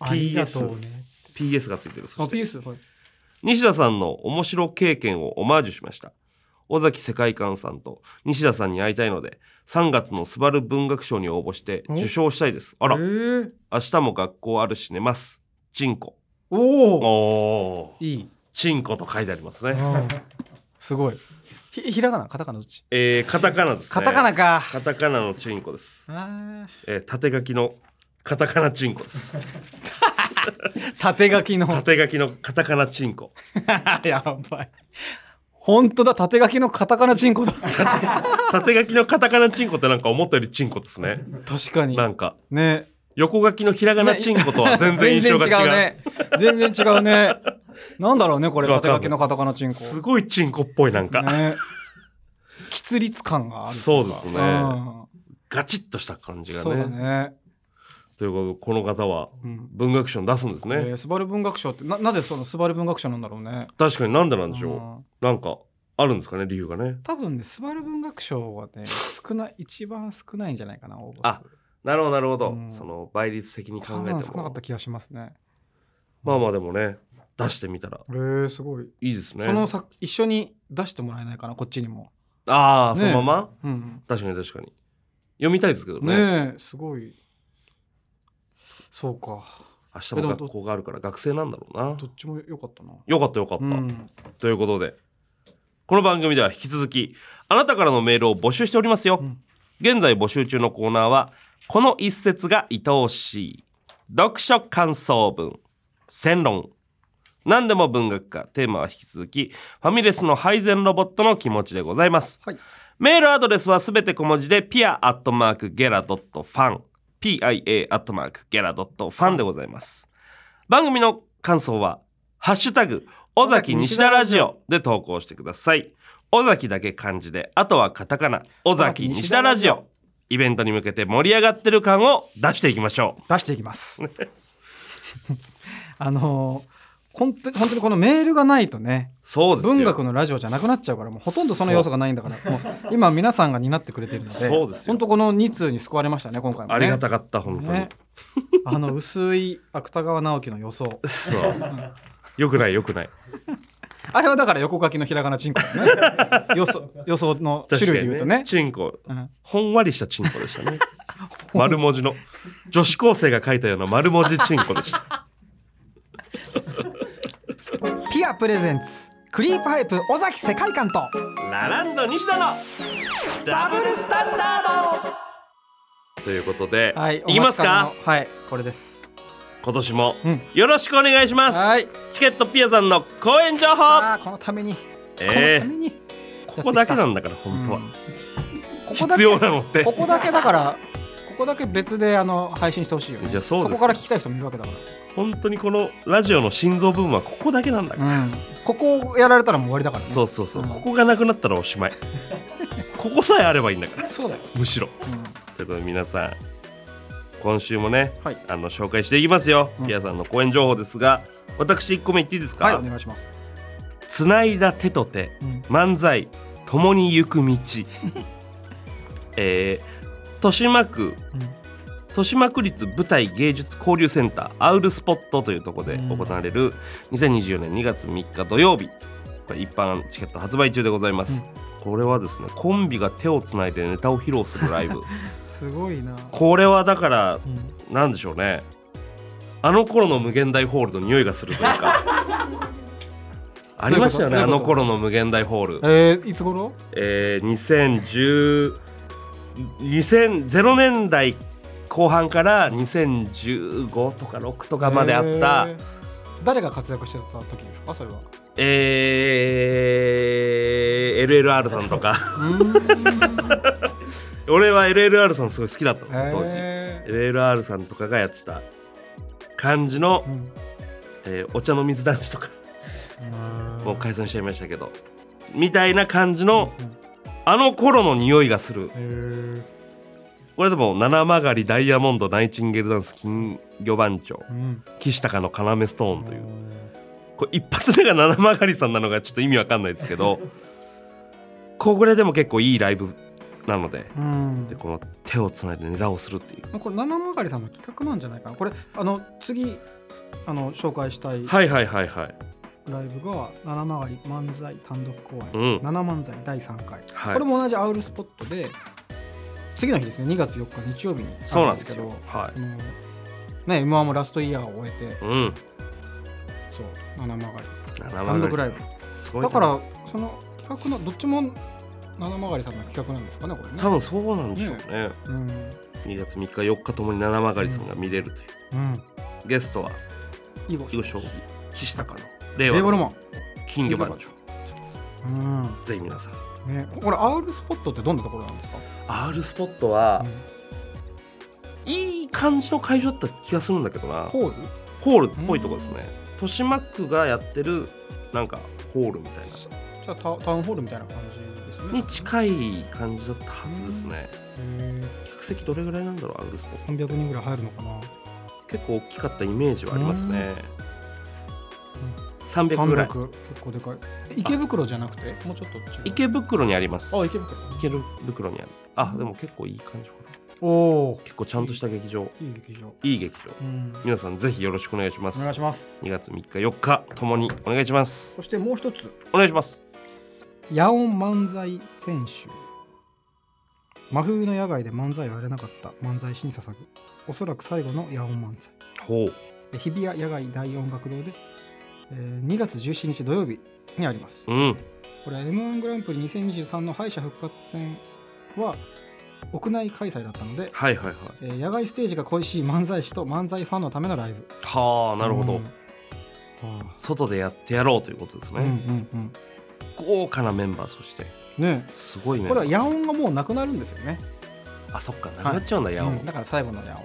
Speaker 1: ありがとうね
Speaker 2: PS がついてる。そ
Speaker 1: あ
Speaker 2: して
Speaker 1: PS はい
Speaker 2: 西田さんの面白経験をオマージュしました。尾崎世界観さんと西田さんに会いたいので、3月のスバル文学賞に応募して受賞したいです。あ
Speaker 1: あ
Speaker 2: ら、
Speaker 1: えー、
Speaker 2: 明日も学校あるし寝ます。チンコ。
Speaker 1: おお
Speaker 2: おー、
Speaker 1: いい
Speaker 2: チンコと書いてありますね。
Speaker 1: あーすごいひひらがなカタカナどっち
Speaker 2: えー、カタカナですね。
Speaker 1: カタカナ。か
Speaker 2: カタカナのチンコです。
Speaker 1: あー
Speaker 2: えー、縦書きのカタカナチンコです。
Speaker 1: 縦書きの
Speaker 2: 縦書きのカタカナチンコ。
Speaker 1: やばい本当だ縦書きのカタカナチンコだ 確
Speaker 2: 縦書きのカタカナチンコってなんか思ったよりチンコですね。
Speaker 1: かに
Speaker 2: なんか。
Speaker 1: ね
Speaker 2: 横書きのひらがなチンコとは全然印象が違う。
Speaker 1: 全然違うね全然違うねなんだろうねこれ
Speaker 2: わか
Speaker 1: 縦
Speaker 2: んない
Speaker 1: 書きのカタカナチンコ
Speaker 2: すごいチンコっぽいなんか。
Speaker 1: ね喫立感がある
Speaker 2: そうですね
Speaker 1: うん
Speaker 2: ガチッとした感じが
Speaker 1: そう
Speaker 2: ね。
Speaker 1: だね、
Speaker 2: ということで、この方は
Speaker 1: うん
Speaker 2: 文学賞に出すんですね。
Speaker 1: えースバル文学賞ってななぜそのスバル文学賞なんだろうね
Speaker 2: 確かになんでなんでしょう。
Speaker 1: うん
Speaker 2: なんか、あるんですかね、理由がね。
Speaker 1: 多分ねスバル文学賞はね少ない一番少ないんじゃないかな応募数
Speaker 2: あなるほど、なるほど。
Speaker 1: うん
Speaker 2: その倍率的に考
Speaker 1: 多
Speaker 2: え
Speaker 1: 分
Speaker 2: て
Speaker 1: 少なか
Speaker 2: も
Speaker 1: った。気がしますね
Speaker 2: まあまあでもね、出してみたら
Speaker 1: えー、すごい、
Speaker 2: いいですね。
Speaker 1: そのさ一緒に出してもらえないかなこっちにも
Speaker 2: ああ、
Speaker 1: ね
Speaker 2: そのまま
Speaker 1: うん
Speaker 2: 確かに確かに。読みたいですけど
Speaker 1: ね
Speaker 2: ね。
Speaker 1: えすごいそうか
Speaker 2: 明日も学校があるから学生なんだろうな。
Speaker 1: どっちも良かったな
Speaker 2: よかったよかった。
Speaker 1: うん
Speaker 2: ということでこの番組では引き続きあなたからのメールを募集しておりますよ、
Speaker 1: うん
Speaker 2: 現在募集中のコーナーはこの一節が愛おしい読書感想文戦論何でも文学化テーマは引き続きファミレスの配膳ロボットの気持ちでございます
Speaker 1: はい
Speaker 2: メールアドレスはすべて小文字でピアアットマークゲラドットファン PIA アットマークゲラドットファンでございます番組の感想は「ハッシュタグ尾崎西田ラジオ」で投稿してください尾崎だけ漢字であとはカタカナ尾崎西田ラジオイベントに向けて盛り上がってる感を出していきましょう
Speaker 1: 出していきます。 あのー本当に本当にこのメールがないとね
Speaker 2: そうですよ
Speaker 1: 文学のラジオじゃなくなっちゃうからもうほとんどその要素がないんだ からもう今皆さんが担ってくれてるので
Speaker 2: そうですよ
Speaker 1: 本当この2通に救われましたね今回も、ね、
Speaker 2: ありがたかった本当に、
Speaker 1: ね、あの薄い芥川直樹の予想
Speaker 2: そうよくないよくない
Speaker 1: あれはだから横書きのひらがなチンコですね 予想予想の種類で言うとね
Speaker 2: チンコ
Speaker 1: うん
Speaker 2: ほんわりしたチンコでしたね。 丸文字の。女子高生が書いたような丸文字チンコでした。
Speaker 1: ピアプレゼンツクリープハイプ尾崎世界観と
Speaker 2: ラランド西田の
Speaker 1: ダブルスタンダー
Speaker 2: ということで、
Speaker 1: ドはい
Speaker 2: い、きますか
Speaker 1: お待ちねのはいこれです
Speaker 2: 今年も、
Speaker 1: うん
Speaker 2: よろしくお願いします。
Speaker 1: はい
Speaker 2: チケットピアさんの公演情報
Speaker 1: ああこのために、
Speaker 2: え
Speaker 1: このため
Speaker 2: ー、
Speaker 1: に
Speaker 2: ここだけなんだから、本当は。
Speaker 1: ここだ
Speaker 2: 必
Speaker 1: け
Speaker 2: 要なのって
Speaker 1: こ。こだけだからここだけ別であの配信してほしいよね
Speaker 2: じゃあそうですよ
Speaker 1: こから聞きたい人もいるわけだか
Speaker 2: 本当にこのラジオの心臓部分はここだけなんだから。
Speaker 1: ら、うん、ここをやられたらもう終わりだから、ね、
Speaker 2: そううそうそう、
Speaker 1: ん
Speaker 2: ここがなくなったらお しまい。ここさえあればいいんだから、
Speaker 1: そうだよ、
Speaker 2: むしろ。
Speaker 1: う
Speaker 2: ということで皆さん今週もね、
Speaker 1: はい
Speaker 2: あの紹介していきますよ、
Speaker 1: うん
Speaker 2: ピアさんの公演情報ですが私1個目言っていいです
Speaker 1: ん、はい
Speaker 2: か
Speaker 1: お願いします、
Speaker 2: 「つないだ手と手
Speaker 1: うん
Speaker 2: 漫才共 に行く道」えー、豊島区
Speaker 1: うん、
Speaker 2: 豊島区立舞台芸術交流センターアウルスポットというところで行われる2024年2月3日土曜日これ一般チケット発売中でございます、これはですねコンビが手をつないでネタを披露するライブ
Speaker 1: すごいな。
Speaker 2: これはだから
Speaker 1: うん
Speaker 2: なんでしょうねあの頃の無限大ホールの匂いがするというかありましたよね
Speaker 4: どう
Speaker 2: あ
Speaker 4: いうこと
Speaker 2: の頃の無限大ホール
Speaker 4: えー、いつ頃
Speaker 2: えー、20102000年代後半から2015とか6とかまであった
Speaker 1: えー誰が活躍してた時ですかそれは。
Speaker 2: えー LLR さんとか 俺は LLR さんすごい好きだったんですよ当時、
Speaker 1: え
Speaker 2: LLR さんとかがやってた感じの、
Speaker 1: ーうん
Speaker 2: えーお茶の水男子とかもう解散しちゃいましたけどみたいな感じの
Speaker 1: うん
Speaker 2: あの頃の匂いがする
Speaker 1: えー
Speaker 2: 俺でも七曲りダイヤモンドナイチンゲールダンス金魚番長
Speaker 1: うん
Speaker 2: 岸高の要ストーンというこれ一発目が七曲りさんなのがちょっと意味わかんないですけどこれでも結構いいライブなので
Speaker 1: うん
Speaker 2: でこの手をつないでネタをするっていう
Speaker 1: これ七曲りさんの企画なんじゃないかなこれあの次あの紹介したい
Speaker 2: はいはいはいはい
Speaker 1: ライブが七曲り漫才単独公演、
Speaker 2: うん
Speaker 1: 七漫才第3回、
Speaker 2: はい
Speaker 1: これも同じアウルスポットで次の日ですね2月4日日曜日に
Speaker 2: そう
Speaker 1: あ
Speaker 2: な
Speaker 1: る
Speaker 2: ん
Speaker 1: ん
Speaker 2: で
Speaker 1: ですすけ
Speaker 2: よ
Speaker 1: ど
Speaker 2: は
Speaker 1: あのね m 1もラストイヤーを終えて
Speaker 2: いうん
Speaker 1: そう七曲り
Speaker 2: 七
Speaker 1: 単
Speaker 2: 曲り
Speaker 1: 独
Speaker 2: さ
Speaker 1: ライ
Speaker 2: ん
Speaker 1: ブ
Speaker 2: すごい
Speaker 1: だからその企画のどっちも七曲りさんの企画なんですかねこれね
Speaker 2: 多分そうなんでしょうね
Speaker 1: うん
Speaker 2: 2月3日4日ともに七曲りさんが見れるという、
Speaker 1: うん
Speaker 2: ゲストは
Speaker 1: 囲碁
Speaker 2: 囲碁将棋岸高の令
Speaker 1: レー
Speaker 2: 和
Speaker 1: ボル
Speaker 2: の
Speaker 1: マン
Speaker 2: 金魚番長
Speaker 1: うん
Speaker 2: ぜひ皆さん
Speaker 1: ねこれアウルスポットってどんなところなんですか
Speaker 2: R スポットは、いい感じの会場だった気がするんだけどな
Speaker 1: ホ
Speaker 2: ホ
Speaker 1: ール
Speaker 2: ールっぽいとこですね豊島区がやってるなんかホールみたいな
Speaker 1: じゃあタタウンホールみたいな感じですね
Speaker 2: に近い感じだったはずですね
Speaker 1: へ
Speaker 2: 客席どれぐらいなんだろう R スポット
Speaker 1: ー300人ぐらい入るのかな
Speaker 2: 結構大きかったイメージはありますね300ぐらい
Speaker 1: 300結構でかいえ池袋じゃなくてもうちょっと違う
Speaker 2: 池袋にあります
Speaker 1: あ池袋
Speaker 2: 池袋にあるあでも結構いい感じかな
Speaker 1: おお
Speaker 2: 結構ちゃんとした劇場
Speaker 1: いい劇場
Speaker 2: いい劇場
Speaker 1: うん
Speaker 2: 皆さんぜひよろしくお願いします
Speaker 1: お願いします
Speaker 2: 2月3日4日ともにお願いします
Speaker 1: そしてもう一つ
Speaker 2: お願いします
Speaker 1: 野音漫才選手真冬の野外で漫才をやれなかった漫才師に捧ぐおそらく最後の野音漫才
Speaker 2: ほう
Speaker 1: え日比谷野外大音楽堂で、えー2月17日土曜日にあります
Speaker 2: うん
Speaker 1: これは m 1グランプリ2023の敗者復活戦は屋内開催だったので、
Speaker 2: はいはいはい
Speaker 1: えー野外ステージが恋しい漫才師と漫才ファンのためのライブ
Speaker 2: はあなるほ
Speaker 1: う
Speaker 2: ど、
Speaker 1: んは
Speaker 2: 外でやってやろうということです
Speaker 1: あうんう
Speaker 2: ね、
Speaker 1: んうん
Speaker 2: 豪華なメンバーそして
Speaker 1: ねえ
Speaker 2: すごいね
Speaker 1: これは野音がもうなくなるんですよね、
Speaker 2: あそっかなくなっちゃうんだ、ヤオ
Speaker 1: う
Speaker 2: ン
Speaker 1: んだから最後の野音って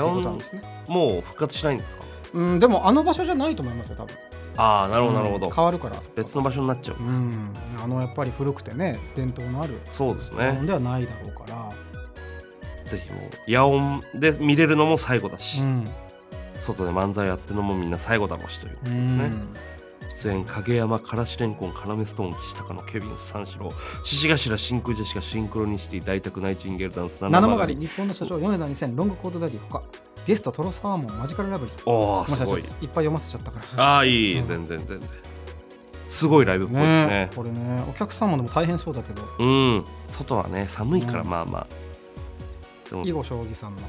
Speaker 2: ヤ
Speaker 1: こ
Speaker 2: オ
Speaker 1: となん
Speaker 2: ン
Speaker 1: ですね
Speaker 2: もう復活しないんですか
Speaker 1: うんでもあの場所じゃないと思いますよ多分
Speaker 2: ああなるほどなるほど、
Speaker 1: うん変わるから
Speaker 2: 別の場所になっちゃう
Speaker 1: うんあのやっぱり古くてね伝統のある
Speaker 2: そうです
Speaker 1: 野
Speaker 2: ね、
Speaker 1: 音ではないだろうから、
Speaker 2: ぜひもうヤオンで見れるのも最後だし、
Speaker 1: うん
Speaker 2: 外で漫才やってるのもみんな最後だろうしということ
Speaker 1: う
Speaker 2: ですね、
Speaker 1: ん
Speaker 2: 出演影山からしれんこん要ストーン岸高のケビン三四郎獅子頭真空ジェシカシンクロニシティ大宅ナイチンゲールダンス
Speaker 1: 七曲り日本の社長米田2000ロングコートダディほかゲストトロサーモンマジカルラブリー
Speaker 2: お
Speaker 1: ごめ
Speaker 2: お
Speaker 1: ん
Speaker 2: す
Speaker 1: なさ
Speaker 2: ご
Speaker 1: い
Speaker 2: い
Speaker 1: ちょっといっぱい読ませちゃったから
Speaker 2: ああいい、
Speaker 1: うん
Speaker 2: 全然全然すごいライブっぽいですね
Speaker 1: えこれねお客様でも大変そうだけど
Speaker 2: うん外はね寒いから
Speaker 1: うん
Speaker 2: まあまあ、
Speaker 1: 囲碁将棋さんの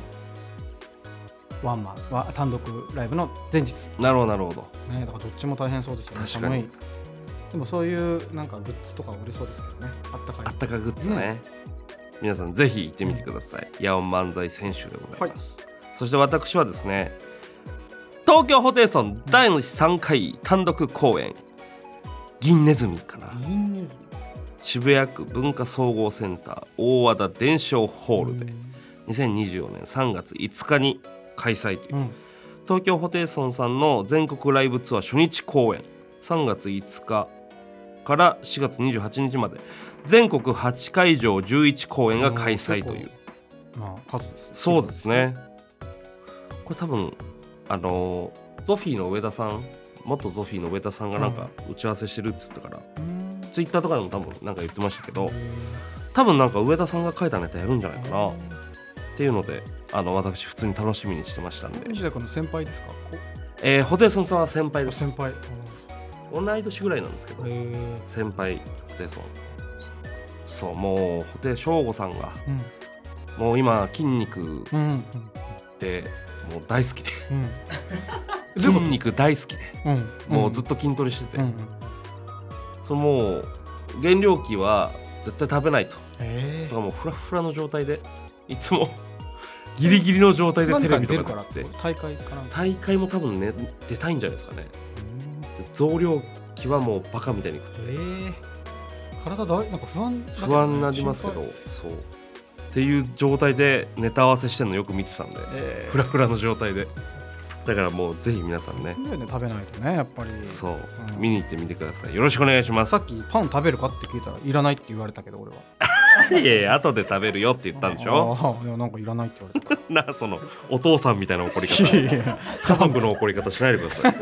Speaker 1: ワンマンは単独ライブの前日
Speaker 2: なるほどなるほど
Speaker 1: ねだからどっちも大変そうですよね
Speaker 2: 確か
Speaker 1: 寒
Speaker 2: に
Speaker 1: いでもそういうなんかグッズとか売れそうですけどねあったかい
Speaker 2: あったかグッズね皆さんぜひ行ってみてくださいヤオン漫才選手でございます、そして私はですね東京ホテイソン第3回単独公演銀ネズミかな、
Speaker 1: うん
Speaker 2: 渋谷区文化総合センター大和田伝承ホールで2024年3月5日に開催という
Speaker 1: うん
Speaker 2: 東京ホテイソンさんの全国ライブツアー初日公演3月5日から4月28日まで全国8会場11公演が開催という
Speaker 1: まあ数です
Speaker 2: そうですねこれ多分あのーゾフィーの上田さん元ゾフィーの上田さんがなんか打ち合わせしてるっつったから、
Speaker 1: うん
Speaker 2: ツイッターとかでも多分なんか言ってましたけど多分なんか上田さんが書いたネタやるんじゃないかなっていうのであの私普通に楽しみにしてましたんで、
Speaker 3: 西田君の先輩ですか
Speaker 2: えー、ホテイソンさんは先輩です
Speaker 3: 先輩
Speaker 2: 同い年ぐらいなんですけど、
Speaker 3: へえ
Speaker 2: 先輩ホテイソンそうもうホテイ翔吾さんが
Speaker 3: うん
Speaker 2: もう今筋肉
Speaker 3: うんうん
Speaker 2: でもう大好きで
Speaker 3: うん
Speaker 2: 筋肉大好きで
Speaker 3: うん
Speaker 2: もうずっと筋トレしてて、
Speaker 3: うんうん
Speaker 2: そのもう減量期は絶対食べないと
Speaker 3: え
Speaker 2: だからもうフラフラの状態でいつも ギリギリの状態
Speaker 3: え
Speaker 2: でテ
Speaker 3: 何かに
Speaker 2: レビ
Speaker 3: 出る
Speaker 2: と
Speaker 3: か
Speaker 2: から
Speaker 3: っ
Speaker 2: 出
Speaker 3: て
Speaker 2: て
Speaker 3: 大会かなんか
Speaker 2: 大会も多分ね出たいんじゃないですかね
Speaker 3: うん
Speaker 2: 増量期はもうバカみたいに食って
Speaker 3: え
Speaker 1: 体だいなんか不安だけどね
Speaker 2: 不安になりますけど
Speaker 1: 心配
Speaker 2: そうっていう状態でネタ合わせしてるのよく見てたんで
Speaker 1: え
Speaker 2: フラフラの状態でだからもうぜひ皆さんね
Speaker 3: えだよね食べないとねやっぱり
Speaker 2: そう
Speaker 3: うん
Speaker 2: 見に行ってみてくださいよろしくお願いします
Speaker 3: さっきパン食べるかって聞いたらいらないって言われたけど俺はい
Speaker 2: やいや後で食べるよって言ったんでしょ
Speaker 3: ああでもなんかいらないって言われた
Speaker 2: なそのお父さんみたいな怒り方
Speaker 1: いや
Speaker 2: 家
Speaker 1: いや
Speaker 2: 族の怒り方しないでください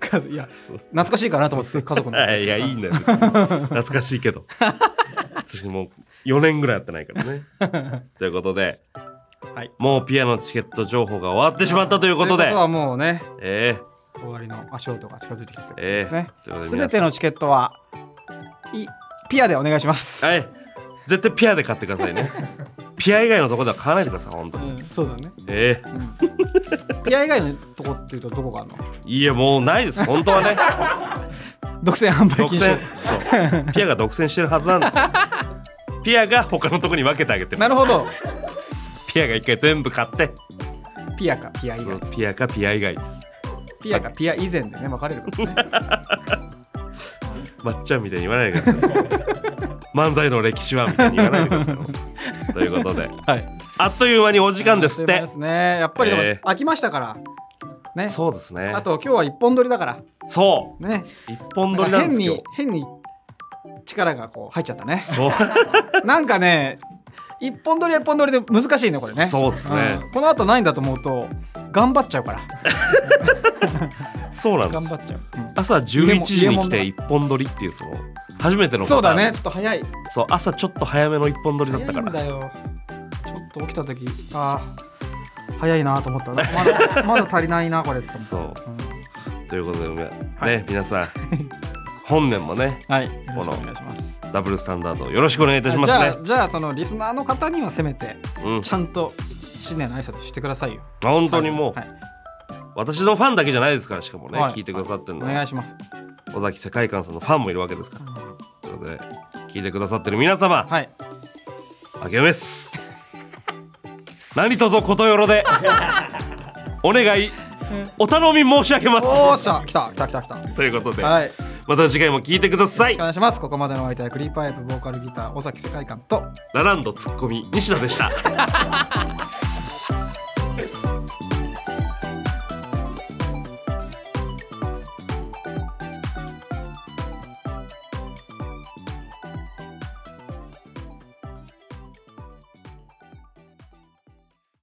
Speaker 1: 家族いや懐かしいかなと思って家族の
Speaker 2: はいいやいいんだよ別に懐かしい けど確かにもう4年ぐらいやってないからね ということで、
Speaker 1: はい
Speaker 2: もうピアノチケット情報が終わってしまったというこ
Speaker 3: と
Speaker 2: と
Speaker 3: い
Speaker 2: で
Speaker 3: うことはもうね
Speaker 2: えー
Speaker 3: 終わりの足音が近づいてきたということで
Speaker 2: え
Speaker 3: す
Speaker 2: ー
Speaker 3: ね、
Speaker 2: ということです
Speaker 1: べてのチケットはいピアでお願いします、
Speaker 2: はい絶対ピアで買ってください ねピア以外のところでは買わないでください本当に、
Speaker 1: うんそうだね
Speaker 2: ええ
Speaker 1: ピア以外のとこっていうとどこがあるの
Speaker 2: いやもうないです本当 はね
Speaker 1: 独占販売
Speaker 2: 独
Speaker 1: 禁止
Speaker 2: 占そうピアが独占してるはずなんですよ ピアが他のとこに分けてあげてる
Speaker 1: なるほど
Speaker 2: ピアが一回全部買って
Speaker 1: ピアかピア以
Speaker 2: そう
Speaker 1: 外
Speaker 2: ピアかピア以外
Speaker 1: ピアかピア以前でね分かれるから ね
Speaker 2: まっちゃんみたいに言わないでください漫才の歴史はみたいに言わないでくださいということで
Speaker 1: はい
Speaker 2: あっという間にお時間ですっ
Speaker 1: あっという間
Speaker 2: て
Speaker 1: ですねやっぱりでも
Speaker 2: えー
Speaker 1: 飽きましたからね
Speaker 2: そうですね
Speaker 1: あと今日は一本撮りだから
Speaker 2: そう
Speaker 1: ね
Speaker 2: 一本撮りなんですよ
Speaker 1: 変に変に力がこう入っちゃったね
Speaker 2: そう
Speaker 1: なんかね一本撮りは一本撮りで難しいねこれね
Speaker 2: そうですね
Speaker 1: んこの後ないんだと思うと頑張っちゃうから
Speaker 2: そうなんで
Speaker 1: 頑
Speaker 2: す
Speaker 1: 張
Speaker 2: よ
Speaker 1: っちゃう、
Speaker 2: 朝11時
Speaker 1: 家
Speaker 2: に
Speaker 1: も
Speaker 2: 来て一本撮りっていうその初めての
Speaker 1: そうだ
Speaker 2: パター
Speaker 1: ね
Speaker 2: ン
Speaker 1: ちょっと早い
Speaker 2: そう朝ちょっと早めの一本撮りだったか
Speaker 1: 早いん
Speaker 2: ら
Speaker 1: だよ
Speaker 3: ちょっと起きた時あー早いなと思ったまだまだ足りないな これって思った
Speaker 2: そう
Speaker 3: うん
Speaker 2: ということでね、ね皆さん本年もね
Speaker 1: はいよろしくお願いします
Speaker 2: ダブルスタンダードよろしくお願いいたしま
Speaker 1: じゃ
Speaker 2: す
Speaker 1: あじゃあそのリスナーの方にはせめて
Speaker 2: ねうん
Speaker 1: ちゃんと新年の挨拶してくださいよ
Speaker 2: 本当にもう、
Speaker 1: はい
Speaker 2: 私のファンだけじゃないですからしかもね、
Speaker 1: はい
Speaker 2: 聞いてくださって
Speaker 1: お
Speaker 2: るの
Speaker 1: 願
Speaker 2: はい
Speaker 1: します
Speaker 2: 尾崎世界観さんのファンもいるわけですから、ということで聞いてくださってる皆様、
Speaker 1: はい
Speaker 2: あけおめです 何卒ことよろでお願いお頼み申し上げます
Speaker 1: おーっしゃ来た来た来た来た
Speaker 2: ということで、
Speaker 1: はい
Speaker 2: また次回も聞いてください
Speaker 1: お願いしますここまでのお相手はクリーパイプボーカルギター尾崎世界観と
Speaker 2: ラランドツッコミ西田でした